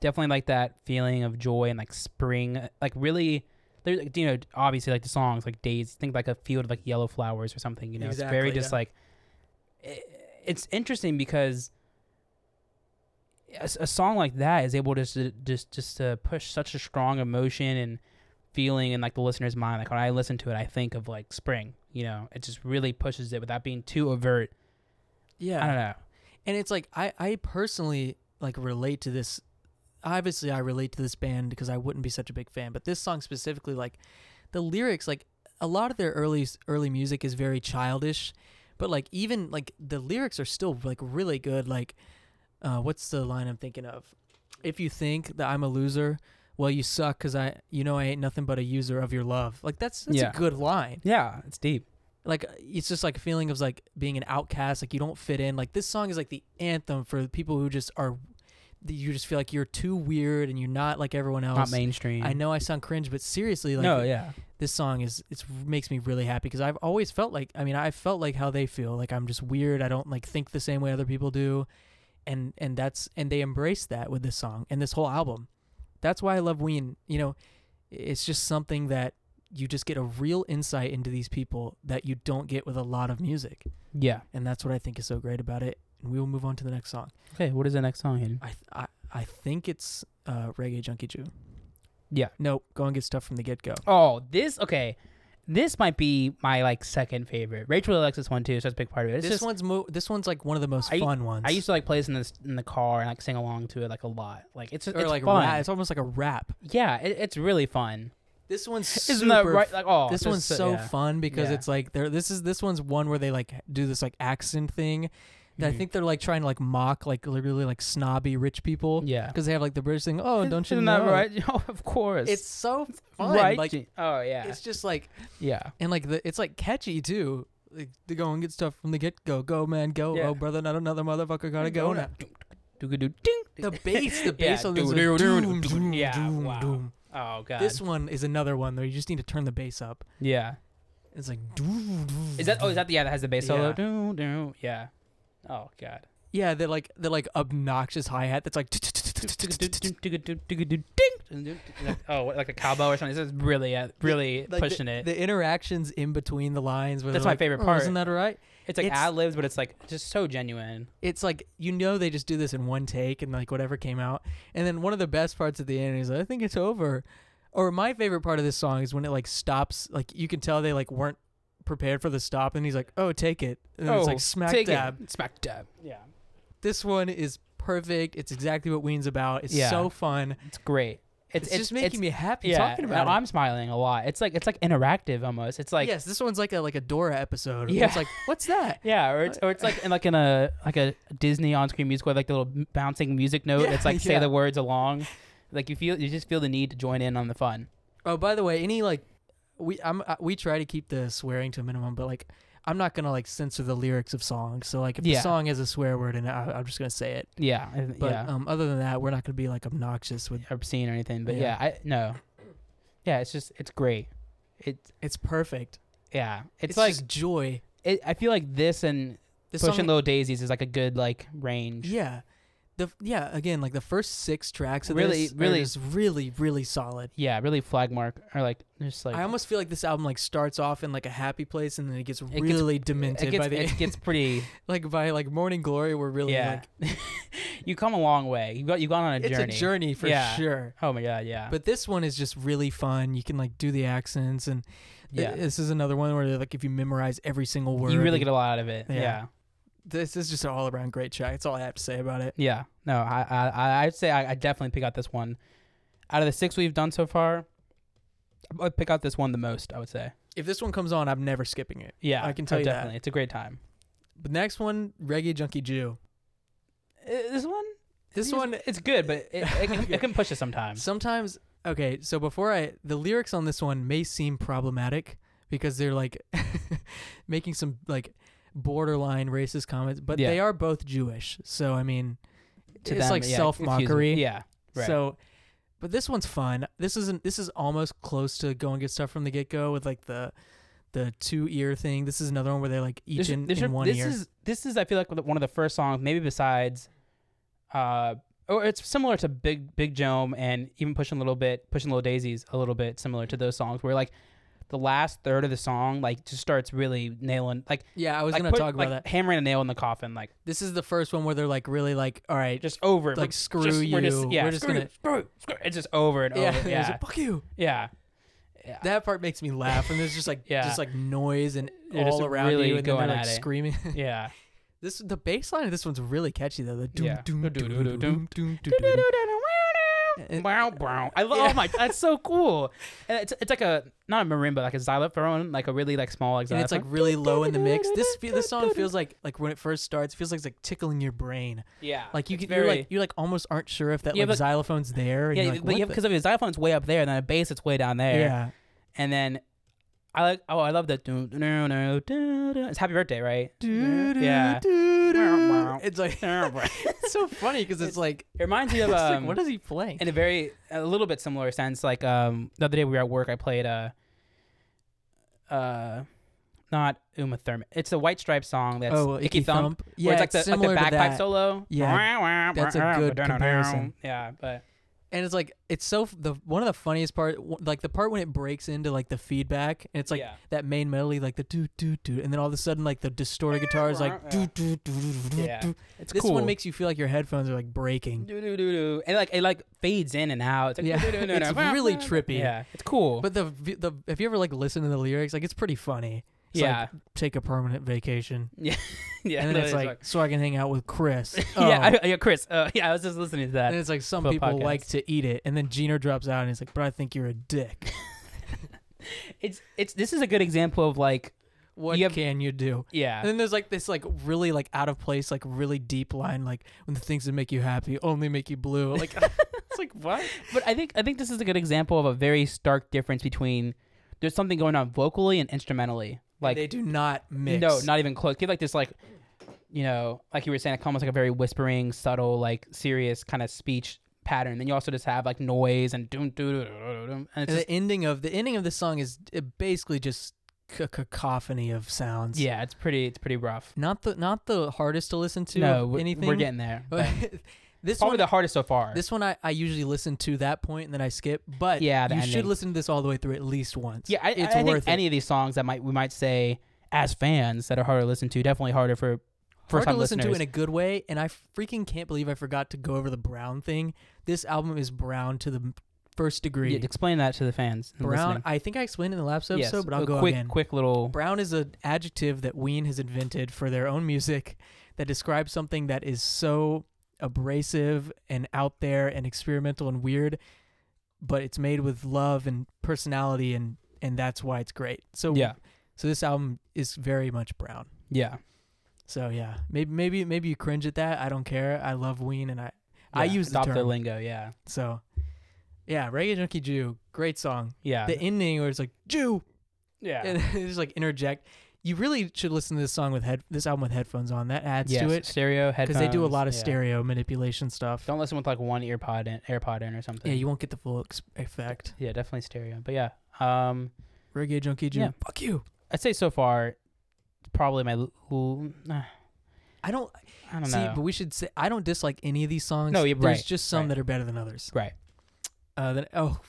Speaker 1: Definitely like that feeling of joy and like spring. uh, Like really, there's like, you know obviously like the songs like days. Think like a field of like yellow flowers or something. You know, it's
Speaker 2: Exactly,
Speaker 1: very just
Speaker 2: yeah.
Speaker 1: like i it's interesting because. A, s- a song like that is able to s- just just to push such a strong emotion and feeling in like the listener's mind. Like when I listen to it, I think of like spring. You know, it just really pushes it without being too overt. I
Speaker 2: Yeah.
Speaker 1: don't know.
Speaker 2: And it's like I I personally like relate to this obviously I relate to this band because I wouldn't be such a big fan, but this song specifically like the lyrics like a lot of their early early music is very childish, but like even like the lyrics are still like really good. Like, uh, what's the line I'm thinking of? If you think that I'm a loser, well, you suck because I you know I ain't nothing but a user of your love. Like that's that's
Speaker 1: Yeah.
Speaker 2: a good line.
Speaker 1: Yeah, it's deep.
Speaker 2: Like uh, it's just like a feeling of like being an outcast. Like you don't fit in. Like this song is like the anthem for people who just are. that You just feel like you're too weird and you're not like everyone else.
Speaker 1: Not mainstream.
Speaker 2: I know I sound cringe, but seriously, like
Speaker 1: no, yeah.
Speaker 2: this song is it's makes me really happy because I've always felt like I mean I felt like how they feel like I'm just weird I don't like think the same way other people do, and and that's and they embrace that with this song and this whole album, that's why I love Ween you know, it's just something that you just get a real insight into these people that you don't get with a lot of music
Speaker 1: Yeah.
Speaker 2: and that's what I think is so great about it and we will move on to the next song
Speaker 1: Okay, what is the next song, Hayden?
Speaker 2: I th- I I think it's uh, Reggae Junkie Jew
Speaker 1: Yeah.
Speaker 2: no go and get stuff from the get go
Speaker 1: Oh, this okay. This might be my like second favorite. Rachel really likes this one too, so that's a big part of it. It's
Speaker 2: this
Speaker 1: just
Speaker 2: one's mo- this one's like one of the most
Speaker 1: I-
Speaker 2: fun ones.
Speaker 1: I used to like play this in the in the car and like sing along to it like a lot. Like it's
Speaker 2: or
Speaker 1: it's
Speaker 2: like
Speaker 1: fun.
Speaker 2: rap. It's almost like a rap.
Speaker 1: yeah, it, it's really fun.
Speaker 2: This one's
Speaker 1: Isn't
Speaker 2: super.
Speaker 1: that right? Like oh,
Speaker 2: this
Speaker 1: there's
Speaker 2: one's so
Speaker 1: yeah.
Speaker 2: fun because
Speaker 1: Yeah.
Speaker 2: it's like they're this is this one's one where they like do this like accent thing that
Speaker 1: Mhm.
Speaker 2: I think they're like trying to like mock like literally like snobby rich people because
Speaker 1: Yeah.
Speaker 2: they have like the British thing. Oh, don't you
Speaker 1: Isn't
Speaker 2: know?
Speaker 1: that right? Oh, of course.
Speaker 2: It's so fun.
Speaker 1: right.
Speaker 2: Like
Speaker 1: oh yeah.
Speaker 2: it's just like
Speaker 1: Yeah.
Speaker 2: and like the it's like catchy too. Like to go and get stuff from the get go. Go man, go.
Speaker 1: Yeah.
Speaker 2: Oh brother, not another motherfucker. Gotta go now.
Speaker 1: Do do ding.
Speaker 2: The bass, the
Speaker 1: Yeah,
Speaker 2: bass on this.
Speaker 1: do- do-
Speaker 2: is
Speaker 1: do-
Speaker 2: doom,
Speaker 1: do-
Speaker 2: doom,
Speaker 1: yeah,
Speaker 2: doom,
Speaker 1: wow.
Speaker 2: doom.
Speaker 1: Oh god.
Speaker 2: This one is another one though. You just need to turn the bass up.
Speaker 1: yeah.
Speaker 2: It's like doo, doo,
Speaker 1: Is that oh is that the yeah that has the bass solo?
Speaker 2: Yeah.
Speaker 1: Do, do, yeah. Oh god.
Speaker 2: yeah? They're like they're like obnoxious hi hat. That's like
Speaker 1: oh, what, like a cowbell or something. This is really, uh, really
Speaker 2: Like,
Speaker 1: pushing
Speaker 2: the,
Speaker 1: it.
Speaker 2: The interactions in between the lines. where
Speaker 1: That's
Speaker 2: they're
Speaker 1: my
Speaker 2: like,
Speaker 1: favorite
Speaker 2: "Oh,
Speaker 1: part."
Speaker 2: isn't that right?
Speaker 1: it's like
Speaker 2: it's-
Speaker 1: ad libs, but it's like just so genuine.
Speaker 2: It's like you know they just do this in one take and like whatever came out. And then one of the best parts at the end is I think it's over. Or my favorite part of this song is when it like stops. Like you can tell they like weren't prepared for the stop. And he's like, oh, take it. And then it's like smack
Speaker 1: take it.
Speaker 2: dab.
Speaker 1: smack dab. Yeah,
Speaker 2: This one is perfect. It's exactly what Ween's about. It's
Speaker 1: Yeah.
Speaker 2: so fun.
Speaker 1: it's great.
Speaker 2: It's,
Speaker 1: It's,
Speaker 2: just making me happy
Speaker 1: yeah,
Speaker 2: talking about
Speaker 1: no,
Speaker 2: it.
Speaker 1: I'm smiling a lot. It's like it's like interactive almost. It's like
Speaker 2: yes, this one's like a like a Dora episode.
Speaker 1: Yeah.
Speaker 2: Yeah. It's like, what's that?
Speaker 1: yeah, or it's or it's like in like in a like a Disney on-screen musical, like the little m- bouncing music note.
Speaker 2: Yeah,
Speaker 1: it's like say
Speaker 2: yeah.
Speaker 1: the words along. Like you feel you just feel the need to join in on the fun.
Speaker 2: Oh, by the way, any like we I'm uh, we try to keep the swearing to a minimum, but like I'm not gonna like censor the lyrics of songs. So like if
Speaker 1: Yeah.
Speaker 2: the song has a swear word in it, I, I'm just gonna say it.
Speaker 1: Yeah, I-
Speaker 2: But
Speaker 1: yeah.
Speaker 2: um, other than that, we're not gonna be like obnoxious with.
Speaker 1: obscene or anything. But yeah,
Speaker 2: Yeah.
Speaker 1: I no. Yeah, it's just it's great. It
Speaker 2: It's perfect.
Speaker 1: yeah, it's,
Speaker 2: It's,
Speaker 1: like
Speaker 2: just joy.
Speaker 1: it, I feel like this and
Speaker 2: This
Speaker 1: pushing
Speaker 2: song,
Speaker 1: little daisies is like a good like range.
Speaker 2: yeah, the yeah again like the first six tracks of
Speaker 1: Really-
Speaker 2: this
Speaker 1: really-
Speaker 2: are just really really solid.
Speaker 1: Yeah, really flag mark or like just like
Speaker 2: I almost feel like this album like starts off in like a happy place and then it gets
Speaker 1: gets-
Speaker 2: really demented
Speaker 1: it gets
Speaker 2: by the
Speaker 1: it gets pretty
Speaker 2: like by like Morning Glory. We're really
Speaker 1: yeah.
Speaker 2: like
Speaker 1: you come a long way. You got you gone on a
Speaker 2: it's
Speaker 1: journey.
Speaker 2: a journey for
Speaker 1: Yeah.
Speaker 2: sure.
Speaker 1: Oh my god, yeah.
Speaker 2: But this one is just really fun. You can like do the accents and
Speaker 1: yeah.
Speaker 2: yeah. this is another one where like if you memorize every single word,
Speaker 1: you really get a lot out of it. Yeah.
Speaker 2: Yeah.
Speaker 1: Yeah.
Speaker 2: this is just an all around great track. That's all I have to say about it.
Speaker 1: No, I I I- I'd say I, I definitely pick out this one. Out of the 6 we've done so far, I'd pick out this one the most, I would say.
Speaker 2: If this one comes on, I'm never skipping it.
Speaker 1: Yeah.
Speaker 2: I can tell
Speaker 1: oh,
Speaker 2: you that.
Speaker 1: definitely. It's a great time.
Speaker 2: The next one, Reggae Junkie Jew.
Speaker 1: Uh, This one,
Speaker 2: This
Speaker 1: it's-
Speaker 2: one
Speaker 1: it's good, but it, it, can,
Speaker 2: Okay.
Speaker 1: it can push it sometimes.
Speaker 2: sometimes okay, so before I the lyrics on this one may seem problematic because they're like making some like borderline racist comments, but
Speaker 1: Yeah.
Speaker 2: they are both Jewish. So I mean
Speaker 1: To
Speaker 2: it's
Speaker 1: them,
Speaker 2: like
Speaker 1: yeah,
Speaker 2: self mockery.
Speaker 1: excuse me. Yeah, Right.
Speaker 2: So, but this one's fun. This isn't. This is almost close to go and get stuff from the get go with like the the two ear thing. This is another one where they like each
Speaker 1: This-
Speaker 2: in,
Speaker 1: this,
Speaker 2: in
Speaker 1: are-
Speaker 2: one
Speaker 1: this
Speaker 2: ear.
Speaker 1: is this is I feel like one of the first songs, maybe besides, uh, or it's similar to Big Big Jome and even pushing a little bit, pushing little daisies a little bit, similar to those songs where like the last third of the song like just starts really nailing like
Speaker 2: yeah, I was
Speaker 1: like,
Speaker 2: gonna
Speaker 1: put-
Speaker 2: talk about
Speaker 1: like,
Speaker 2: that.
Speaker 1: hammering a nail in the coffin like
Speaker 2: This is the first one where they're like really like, all right, just
Speaker 1: just over it,
Speaker 2: like
Speaker 1: just-
Speaker 2: screw you.
Speaker 1: we're
Speaker 2: We're
Speaker 1: just,
Speaker 2: just,
Speaker 1: yeah screw
Speaker 2: gonna
Speaker 1: you, screw, you, screw you. it's just over and
Speaker 2: yeah,
Speaker 1: over
Speaker 2: it's
Speaker 1: yeah
Speaker 2: like, fuck you.
Speaker 1: yeah yeah
Speaker 2: That part makes me laugh, and there's just like
Speaker 1: Yeah.
Speaker 2: just like noise and
Speaker 1: They're just
Speaker 2: all around
Speaker 1: really
Speaker 2: you, and then
Speaker 1: going
Speaker 2: they're like
Speaker 1: at it.
Speaker 2: screaming.
Speaker 1: yeah.
Speaker 2: this the bass line of this one's really catchy though. The doom
Speaker 1: Yeah.
Speaker 2: doom
Speaker 1: The
Speaker 2: doom doom
Speaker 1: doo-doo-doo-doo.
Speaker 2: doom doom doom. It-
Speaker 1: Bow, bow. I love. Oh my, that's so cool. And it's, it's like a not a marimba, like a xylophone, like a really like small like,
Speaker 2: and it's like
Speaker 1: xylophone.
Speaker 2: really low in the mix. This fe- this song feels like like when it first starts, it feels like it's like tickling your brain.
Speaker 1: yeah,
Speaker 2: Like you
Speaker 1: it's
Speaker 2: can, you're like you like almost aren't sure if that
Speaker 1: Yeah,
Speaker 2: like
Speaker 1: but-
Speaker 2: xylophone's there. And
Speaker 1: yeah,
Speaker 2: you're like,
Speaker 1: but
Speaker 2: what
Speaker 1: yeah,
Speaker 2: the-
Speaker 1: because of the xylophone, it's way up there, and then a bass, it's way down there.
Speaker 2: yeah,
Speaker 1: And then I like, oh, I love that. doo- doo- doo- doo- doo- doo. It's Happy Birthday, right? Yeah.
Speaker 2: yeah. It's like
Speaker 1: it
Speaker 2: it's so funny because it's, like
Speaker 1: reminds me
Speaker 2: it's
Speaker 1: of
Speaker 2: like
Speaker 1: um,
Speaker 2: what is he playing?
Speaker 1: in a very a little bit similar sense. Like um, the other day we were at work, I played uh, uh, not Uma Thurman. It's a White Stripe song. That's
Speaker 2: oh,
Speaker 1: Icky Thump.
Speaker 2: Yeah,
Speaker 1: where it's like the, like
Speaker 2: similar
Speaker 1: the
Speaker 2: to
Speaker 1: bagpipe
Speaker 2: that.
Speaker 1: solo.
Speaker 2: Yeah, that's a good comparison.
Speaker 1: Yeah, but
Speaker 2: and it's like it's so f- the one of the funniest part, w- like the part when it breaks into like the feedback, and it's like
Speaker 1: Yeah.
Speaker 2: that main melody, like the do do do, and then all of a sudden like the distorted guitar is like do do do do do
Speaker 1: Eh, Yeah.
Speaker 2: do.
Speaker 1: it's
Speaker 2: This
Speaker 1: cool.
Speaker 2: one makes you feel like your headphones are like breaking.
Speaker 1: do do do do, and like it like fades in and out. It's like,
Speaker 2: Yeah,
Speaker 1: doo-doo-doo-doo-doo.
Speaker 2: it's really trippy.
Speaker 1: Yeah, it's cool.
Speaker 2: But the v- the have you ever like listened to the lyrics? Like it's pretty funny. It's
Speaker 1: yeah,
Speaker 2: like, take a permanent vacation,
Speaker 1: yeah.
Speaker 2: and then
Speaker 1: no,
Speaker 2: it's like, so I can hang out with Chris. Oh.
Speaker 1: yeah, I, yeah, Chris. Uh, yeah, I was just listening to
Speaker 2: and
Speaker 1: that.
Speaker 2: it's like some
Speaker 1: for a
Speaker 2: people like
Speaker 1: podcast.
Speaker 2: to eat it, and then Gina drops out and he's like, "But I think you're a dick.
Speaker 1: It's it's this is a good example of like
Speaker 2: What
Speaker 1: You have-
Speaker 2: can you do?"
Speaker 1: yeah.
Speaker 2: And then there's like this like really like out of place like really deep line like when the things that make you happy only make you blue like it's like what
Speaker 1: But I think I think this is a good example of a very stark difference between there's something going on vocally and instrumentally. Like
Speaker 2: they do not mix
Speaker 1: No, not even close. Give like this, like you know, like you were saying, like almost like a very whispering, subtle, like serious kind of speech pattern. Then you also just have like noise and doom doom doom doom, and it's
Speaker 2: And
Speaker 1: just,
Speaker 2: the ending of the ending of the song is uh, basically just c- cacophony of sounds
Speaker 1: yeah, it's pretty, it's pretty rough.
Speaker 2: not the not the hardest to listen to
Speaker 1: no,
Speaker 2: of
Speaker 1: we're,
Speaker 2: anything
Speaker 1: we're getting there. but
Speaker 2: this
Speaker 1: probably
Speaker 2: one
Speaker 1: the hardest so far.
Speaker 2: this one I, I usually listen to that point and then I skip but
Speaker 1: Yeah, the
Speaker 2: you should
Speaker 1: ending.
Speaker 2: listen to this all the way through at least once
Speaker 1: yeah, I,
Speaker 2: it's
Speaker 1: I, I
Speaker 2: worth
Speaker 1: think any of these songs that might we might say as fans that are harder to listen to, definitely harder for
Speaker 2: hard
Speaker 1: first
Speaker 2: to
Speaker 1: time
Speaker 2: listen
Speaker 1: listeners.
Speaker 2: to in a good way. And I freaking can't believe I forgot to go over the Brown thing. This album is Brown to the m- first degree.
Speaker 1: Yeah, explain that to the fans. and
Speaker 2: Brown,
Speaker 1: listening.
Speaker 2: I think I explained in the last episode,
Speaker 1: Yes,
Speaker 2: but I'll
Speaker 1: a
Speaker 2: go
Speaker 1: quick,
Speaker 2: again.
Speaker 1: quick little.
Speaker 2: Brown is an adjective that Ween has invented for their own music that describes something that is so abrasive and out there and experimental and weird, but it's made with love and personality and and that's why it's great. So
Speaker 1: Yeah,
Speaker 2: so this album is very much Brown.
Speaker 1: yeah.
Speaker 2: So yeah, maybe maybe maybe you cringe at that. I don't care. I love Ween, and I I
Speaker 1: yeah,
Speaker 2: use the
Speaker 1: adopt their
Speaker 2: term.
Speaker 1: lingo. Yeah,
Speaker 2: so yeah, Reggae Junkie Jew, great song.
Speaker 1: yeah,
Speaker 2: The ending where it's like Jew,
Speaker 1: yeah.
Speaker 2: and they just like interject. You really should listen to this song with head this album with headphones on. That adds
Speaker 1: yes,
Speaker 2: to it
Speaker 1: Stereo headphones.
Speaker 2: because they do a lot of
Speaker 1: yeah.
Speaker 2: stereo manipulation stuff.
Speaker 1: Don't listen with like one earpod in, AirPod in or something.
Speaker 2: yeah, you won't get the full ex- effect.
Speaker 1: yeah, definitely stereo. But yeah, um,
Speaker 2: Reggae Junkie Jew,
Speaker 1: Yeah.
Speaker 2: fuck you.
Speaker 1: I'd say so far, probably my. l- l- uh,
Speaker 2: I don't
Speaker 1: I don't
Speaker 2: see,
Speaker 1: know.
Speaker 2: but we should say I don't dislike any of these songs.
Speaker 1: No, yeah,
Speaker 2: there's
Speaker 1: right,
Speaker 2: just some
Speaker 1: right.
Speaker 2: that are better than others.
Speaker 1: Right.
Speaker 2: Uh, then oh,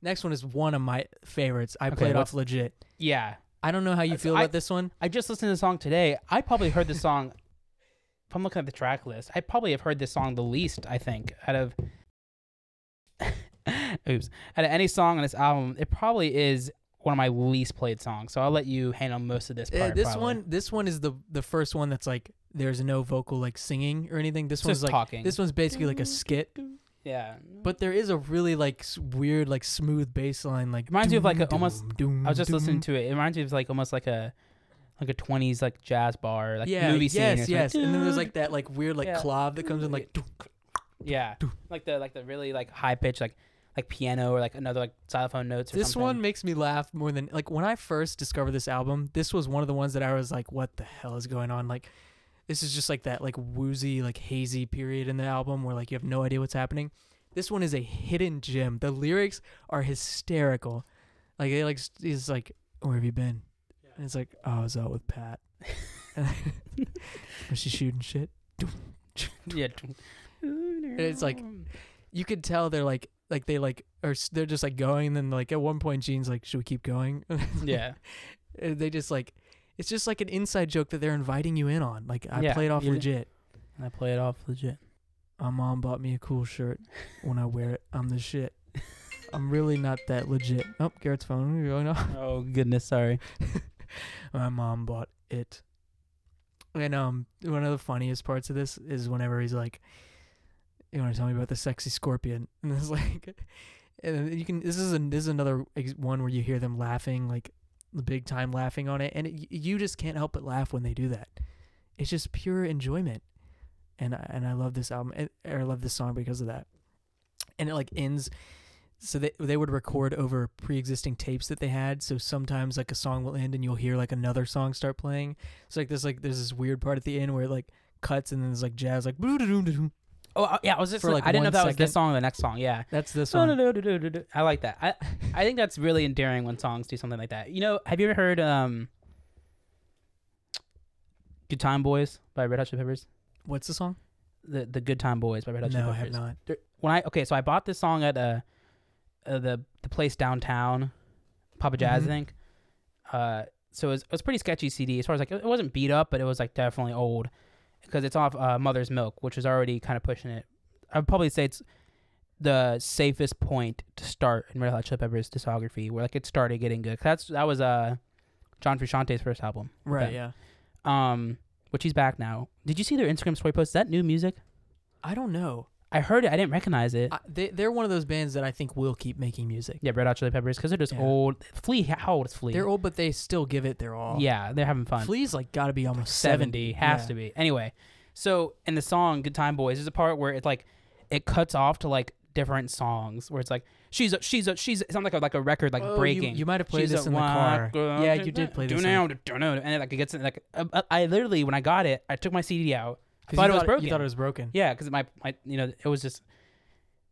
Speaker 2: next one is one of my favorites. I
Speaker 1: Okay,
Speaker 2: played
Speaker 1: what's-
Speaker 2: off legit.
Speaker 1: yeah,
Speaker 2: I don't know how you
Speaker 1: That's-
Speaker 2: feel
Speaker 1: I-
Speaker 2: about this one.
Speaker 1: I just listened to the song today. I probably heard this song. If I'm looking at the track list, I probably have heard this song the least. I think out of. Oops. Out of any song on this album, it probably is one of my least played songs. So I'll let you handle most of this
Speaker 2: Uh,
Speaker 1: part.
Speaker 2: this
Speaker 1: probably.
Speaker 2: one, this one is the the first one that's like there's no vocal like singing or anything. This
Speaker 1: It's
Speaker 2: one's
Speaker 1: just
Speaker 2: like
Speaker 1: talking.
Speaker 2: this one's basically like a skit,
Speaker 1: yeah.
Speaker 2: but there is a really like s- weird like smooth bass line. Like
Speaker 1: Reminds you of, like, a- almost-
Speaker 2: doom,
Speaker 1: I was just listening to
Speaker 2: doom.
Speaker 1: it. It reminds me of like almost like a like a twenties like jazz bar like
Speaker 2: yeah,
Speaker 1: movie scene. or
Speaker 2: yes,
Speaker 1: something.
Speaker 2: yes. And then there's like that like weird like
Speaker 1: Yeah.
Speaker 2: clav that comes in like doom.
Speaker 1: yeah, like the like the really like high pitched like like piano or like another like xylophone notes. Or
Speaker 2: This
Speaker 1: something.
Speaker 2: one makes me laugh more than like when I first discovered this album. This was one of the ones that I was like, "What the hell is going on?" Like, this is just like that like woozy, like hazy period in the album where like you have no idea what's happening. This one is a hidden gem. The lyrics are hysterical. Like they like he's like, "Where have you been?" And it's like, "Oh, I was out with Pat." was she shooting shit?
Speaker 1: yeah,
Speaker 2: it's like- You could tell they're like like they like are s- they're just like going and then like at one point Gene's like, "Should we keep going?"
Speaker 1: yeah,
Speaker 2: Uh, they just like it's just like an inside joke that they're inviting you in on. Like I
Speaker 1: Yeah,
Speaker 2: played off
Speaker 1: you-
Speaker 2: legit.
Speaker 1: and I play it off legit.
Speaker 2: My mom bought me a cool shirt. When I wear it, I'm the shit. I'm really not that legit. Oh, Garrett's phone going off.
Speaker 1: Oh goodness, sorry.
Speaker 2: My mom bought it. And um, one of the funniest parts of this is whenever he's like, you want to tell me about the sexy scorpion and it's like and then you can this is an, this is another ex- one where you hear them laughing like the big time laughing on it and it, y- you just can't help but laugh when they do that it's just pure enjoyment and I, and I love this album and or I love this song because of that and it like ends so they they would record over pre-existing tapes that they had so sometimes like a song will end and you'll hear like another song start playing it's like this like there's this weird part at the end where it like cuts and then there's like jazz like
Speaker 1: Oh uh, yeah, I was just
Speaker 2: For,
Speaker 1: like,
Speaker 2: like,
Speaker 1: I didn't know
Speaker 2: one
Speaker 1: if that was
Speaker 2: second.
Speaker 1: this song or the next song. Yeah.
Speaker 2: that's this
Speaker 1: No,
Speaker 2: one
Speaker 1: no, no, no, no, no, no. I like that. I I think that's really endearing when songs do something like that. You know, have you ever heard um Good Time Boys by Red Hot Chili Peppers?
Speaker 2: what's the song
Speaker 1: The the Good Time Boys by Red Hot Chili
Speaker 2: no i
Speaker 1: Peppers.
Speaker 2: have not
Speaker 1: There- When I okay, so I bought this song at uh, uh the the place downtown, Papa Jazz,
Speaker 2: Mhm.
Speaker 1: I think. Uh, so it was, it was a pretty sketchy CD as far as like it it wasn't beat up, but it was like definitely old because it's off uh, Mother's Milk, which is already kind of pushing it. I'd probably say it's the safest point to start in Red Hot Chili Peppers discography, where like it started getting good. 'Cause That's that was uh John Frusciante's first album,
Speaker 2: right
Speaker 1: Okay.
Speaker 2: yeah
Speaker 1: um, which he's back now. Did you see their Instagram story post? Is that new music?
Speaker 2: i don't know
Speaker 1: I heard it. I didn't recognize it.
Speaker 2: I, they, they're one of those bands that i think will keep making music
Speaker 1: Yeah, Red Hot Chili Peppers because they're just
Speaker 2: Yeah.
Speaker 1: old. Flea, how old is Flea?
Speaker 2: they're old but they still give it their all
Speaker 1: Yeah, they're having fun.
Speaker 2: Flea's like got to be almost
Speaker 1: 70 has to be. Anyway, so in the song "Good Time Boys," there's a part where it like it cuts off to like different songs where it's like she's a she's a she's. It sounds like a like a record like breaking.
Speaker 2: Oh, You, might have played
Speaker 1: She's
Speaker 2: this
Speaker 1: a
Speaker 2: in the
Speaker 1: wild
Speaker 2: car.
Speaker 1: girl.
Speaker 2: Yeah, you did play this. in-
Speaker 1: Dunno, dunno, And it like it gets in, like uh, uh, I literally when I got it, I took my CD out.
Speaker 2: 'cause
Speaker 1: thought it
Speaker 2: you
Speaker 1: was
Speaker 2: You
Speaker 1: broken.
Speaker 2: thought it was broken.
Speaker 1: Yeah, because my my you know it was just.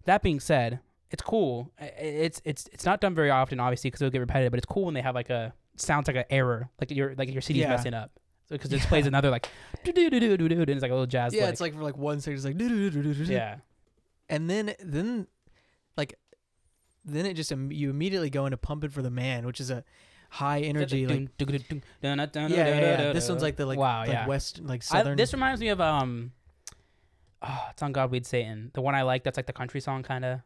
Speaker 1: That being said, it's cool. I- I- It's it's it's not done very often, obviously, because it'll get repetitive. But it's cool when they have like a sounds like an error, like your like your CD's
Speaker 2: Yeah.
Speaker 1: messing up, because it
Speaker 2: Yeah.
Speaker 1: plays another like do do do do do do, and it's like a little jazz.
Speaker 2: yeah,
Speaker 1: lick.
Speaker 2: it's like for like one second, it's like "Do-do-do-do-do-do-do."
Speaker 1: yeah,
Speaker 2: and then then like then it just im- you immediately go into "Pumping for the Man," which is a high energy like yeah, yeah, yeah, yeah. This one's like the like,
Speaker 1: wow,
Speaker 2: like
Speaker 1: yeah.
Speaker 2: west like
Speaker 1: I-
Speaker 2: southern.
Speaker 1: this reminds me of um, oh, it's on God Weed Satan, the one I like. That's like the country song kind of.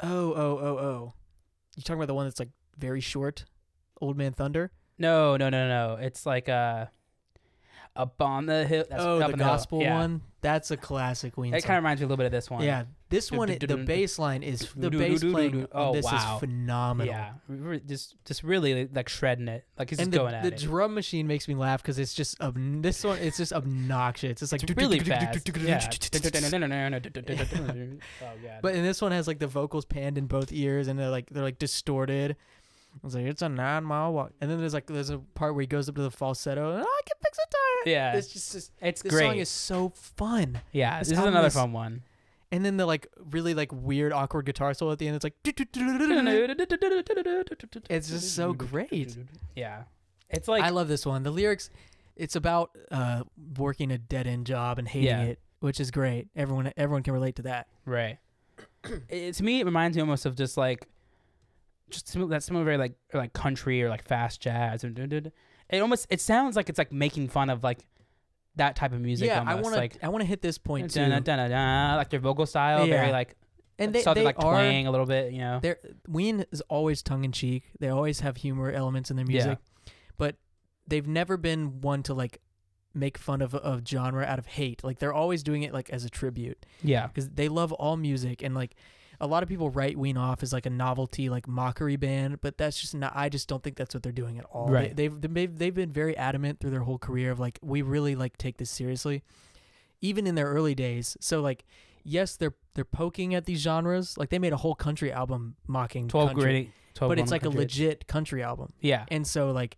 Speaker 2: oh oh oh oh, you talking about the one that's like very short, Old Man Thunder?
Speaker 1: No, no, no, no. It's like uh, up on the hill. That's
Speaker 2: oh,
Speaker 1: up
Speaker 2: the
Speaker 1: on hill.
Speaker 2: gospel
Speaker 1: Yeah.
Speaker 2: one. That's a classic Queen
Speaker 1: It
Speaker 2: song.
Speaker 1: kind of reminds me a little bit of this one.
Speaker 2: Yeah, this
Speaker 1: Do-
Speaker 2: one,
Speaker 1: do-
Speaker 2: it-
Speaker 1: do-
Speaker 2: the
Speaker 1: do-
Speaker 2: bass line is the
Speaker 1: do-
Speaker 2: bass
Speaker 1: do- do- do-
Speaker 2: playing
Speaker 1: do-
Speaker 2: on
Speaker 1: oh,
Speaker 2: this is
Speaker 1: wow.
Speaker 2: phenomenal.
Speaker 1: yeah. We were Just, just really like shredding it. Like he's
Speaker 2: And
Speaker 1: just
Speaker 2: the,
Speaker 1: going at
Speaker 2: the
Speaker 1: it.
Speaker 2: drum machine makes me laugh because it's just ob- this one. It's just obnoxious. It's just like
Speaker 1: It's really fast. Yeah. oh god.
Speaker 2: But and this one has like the vocals panned in both ears and they're like they're like distorted. It's like it's a nine mile walk, and then there's like there's a part where he goes up to the falsetto. And, "Oh, I can fix a tire.
Speaker 1: yeah,
Speaker 2: it's just this,
Speaker 1: it's
Speaker 2: this
Speaker 1: great.
Speaker 2: song is so fun.
Speaker 1: yeah,
Speaker 2: this
Speaker 1: this is
Speaker 2: album
Speaker 1: another
Speaker 2: is-
Speaker 1: fun one.
Speaker 2: And then the like really like weird awkward guitar solo at the end. It's like
Speaker 1: It's
Speaker 2: just so great.
Speaker 1: Yeah, it's like
Speaker 2: I love this one. The lyrics, it's about uh, working a dead end job and hating
Speaker 1: Yeah.
Speaker 2: it, which is great. Everyone everyone can relate to that.
Speaker 1: Right. it, to me, it reminds me almost of just like, just some, that similar very like or like country or like fast jazz and dun- dun- dun. it almost it sounds like it's like making fun of like that type of music.
Speaker 2: yeah, I
Speaker 1: almost.
Speaker 2: want to
Speaker 1: like
Speaker 2: I want to hit this
Speaker 1: dun-
Speaker 2: point too.
Speaker 1: dun- dun- dun- dun, like their vocal style,
Speaker 2: Yeah.
Speaker 1: very like
Speaker 2: And they,
Speaker 1: something
Speaker 2: they
Speaker 1: like
Speaker 2: are
Speaker 1: twang a little bit, you know.
Speaker 2: they're Ween is always tongue in cheek. They always have humor elements in their
Speaker 1: Yeah.
Speaker 2: music, but they've never been one to like make fun of of genre out of hate. Like they're always doing it like as a tribute
Speaker 1: Yeah,
Speaker 2: because they love all music and like a lot of people write Ween off as like a novelty like mockery band, but that's just not. I just don't think that's what they're doing at all.
Speaker 1: Right.
Speaker 2: They, they've they've they've been very adamant through their whole career of like we really like take this seriously, even in their early days. So like. Yes, they're they're poking at these genres. Like they made a whole country album mocking
Speaker 1: twelve
Speaker 2: country
Speaker 1: gritty, 12
Speaker 2: but it's
Speaker 1: one
Speaker 2: like a
Speaker 1: country.
Speaker 2: legit country album.
Speaker 1: Yeah,
Speaker 2: And so like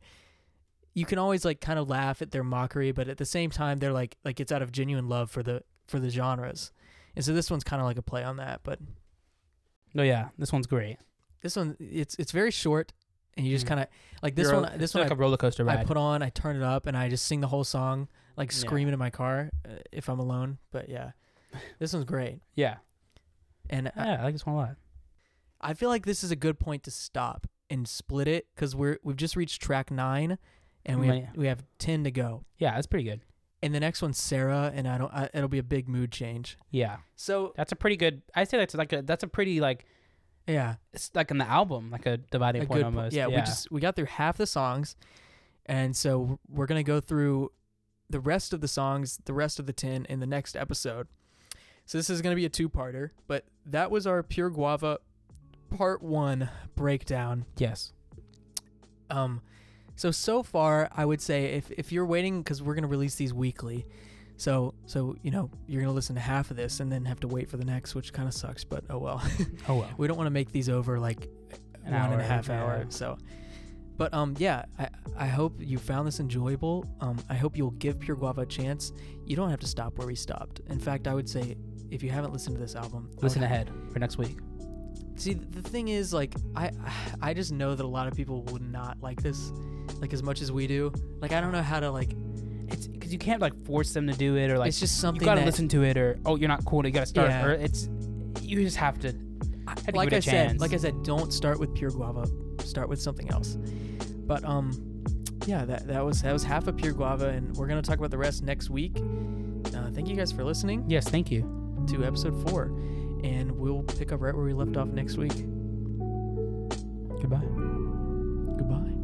Speaker 2: you can always like kind of laugh at their mockery, but at the same time they're like like it's out of genuine love for the for the genres. And so this one's kind of like a play on that, but
Speaker 1: no, yeah, this one's great.
Speaker 2: this one it's it's very short and you just
Speaker 1: Mm.
Speaker 2: kind of like this
Speaker 1: You're-
Speaker 2: one this
Speaker 1: it's
Speaker 2: one
Speaker 1: like a roller coaster
Speaker 2: I, I
Speaker 1: ride.
Speaker 2: put on, I turn it up and I just sing the whole song like
Speaker 1: Yeah.
Speaker 2: screaming in my car uh, if I'm alone, but yeah. This one's great.
Speaker 1: yeah,
Speaker 2: And I,
Speaker 1: yeah, I like this one a lot.
Speaker 2: I feel like this is a good point to stop and split it cuz we're we've just reached track 9 and we
Speaker 1: Many-
Speaker 2: have, we have 10 to go.
Speaker 1: Yeah, that's pretty good.
Speaker 2: and the next one's Sarah, and I don't. I, it'll be a big mood change.
Speaker 1: Yeah,
Speaker 2: So
Speaker 1: that's a pretty good. I say that's like a that's a pretty like
Speaker 2: yeah,
Speaker 1: it's like in the album, like a dividing
Speaker 2: a
Speaker 1: point
Speaker 2: good. po-
Speaker 1: almost.
Speaker 2: yeah, we just we got through half the songs, and so we're gonna go through the rest of the songs, the rest of the ten in the next episode. So this is going to be a two-parter, but that was our Pure Guava part 1 breakdown.
Speaker 1: Yes.
Speaker 2: Um, so so far, I would say if if you're waiting, because we're gonna release these weekly, so so you know you're gonna listen to half of this and then have to wait for the next, which kind of sucks. But oh well,
Speaker 1: Oh well.
Speaker 2: we don't want to make these over like
Speaker 1: An
Speaker 2: one and a
Speaker 1: hour,
Speaker 2: half
Speaker 1: yeah.
Speaker 2: hour. So, but um, yeah, I I hope you found this enjoyable. Um, I hope you'll give Pure Guava a chance. You don't have to stop where we stopped. In fact, I would say if you haven't listened to this album, I would
Speaker 1: Listen ahead for next week.
Speaker 2: See, the thing is, like, I I just know that a lot of people would not like this, like as much as we do. Like, I don't know how to like.
Speaker 1: It's because you can't like force them to do it or like
Speaker 2: it's just
Speaker 1: you
Speaker 2: something
Speaker 1: gotta
Speaker 2: that,
Speaker 1: listen to it or oh you're not cool you gotta start
Speaker 2: Yeah.
Speaker 1: or it's you just have to.
Speaker 2: I-
Speaker 1: give
Speaker 2: like
Speaker 1: it a
Speaker 2: I said,
Speaker 1: chance.
Speaker 2: like I said, don't start with pure guava. Start with something else. But um, yeah, that that was that was half of pure guava, and we're gonna talk about the rest next week. Uh, thank you guys for listening
Speaker 1: Yes, thank you.
Speaker 2: to episode four, and we'll pick up right where we left off next week.
Speaker 1: Goodbye.
Speaker 2: Goodbye.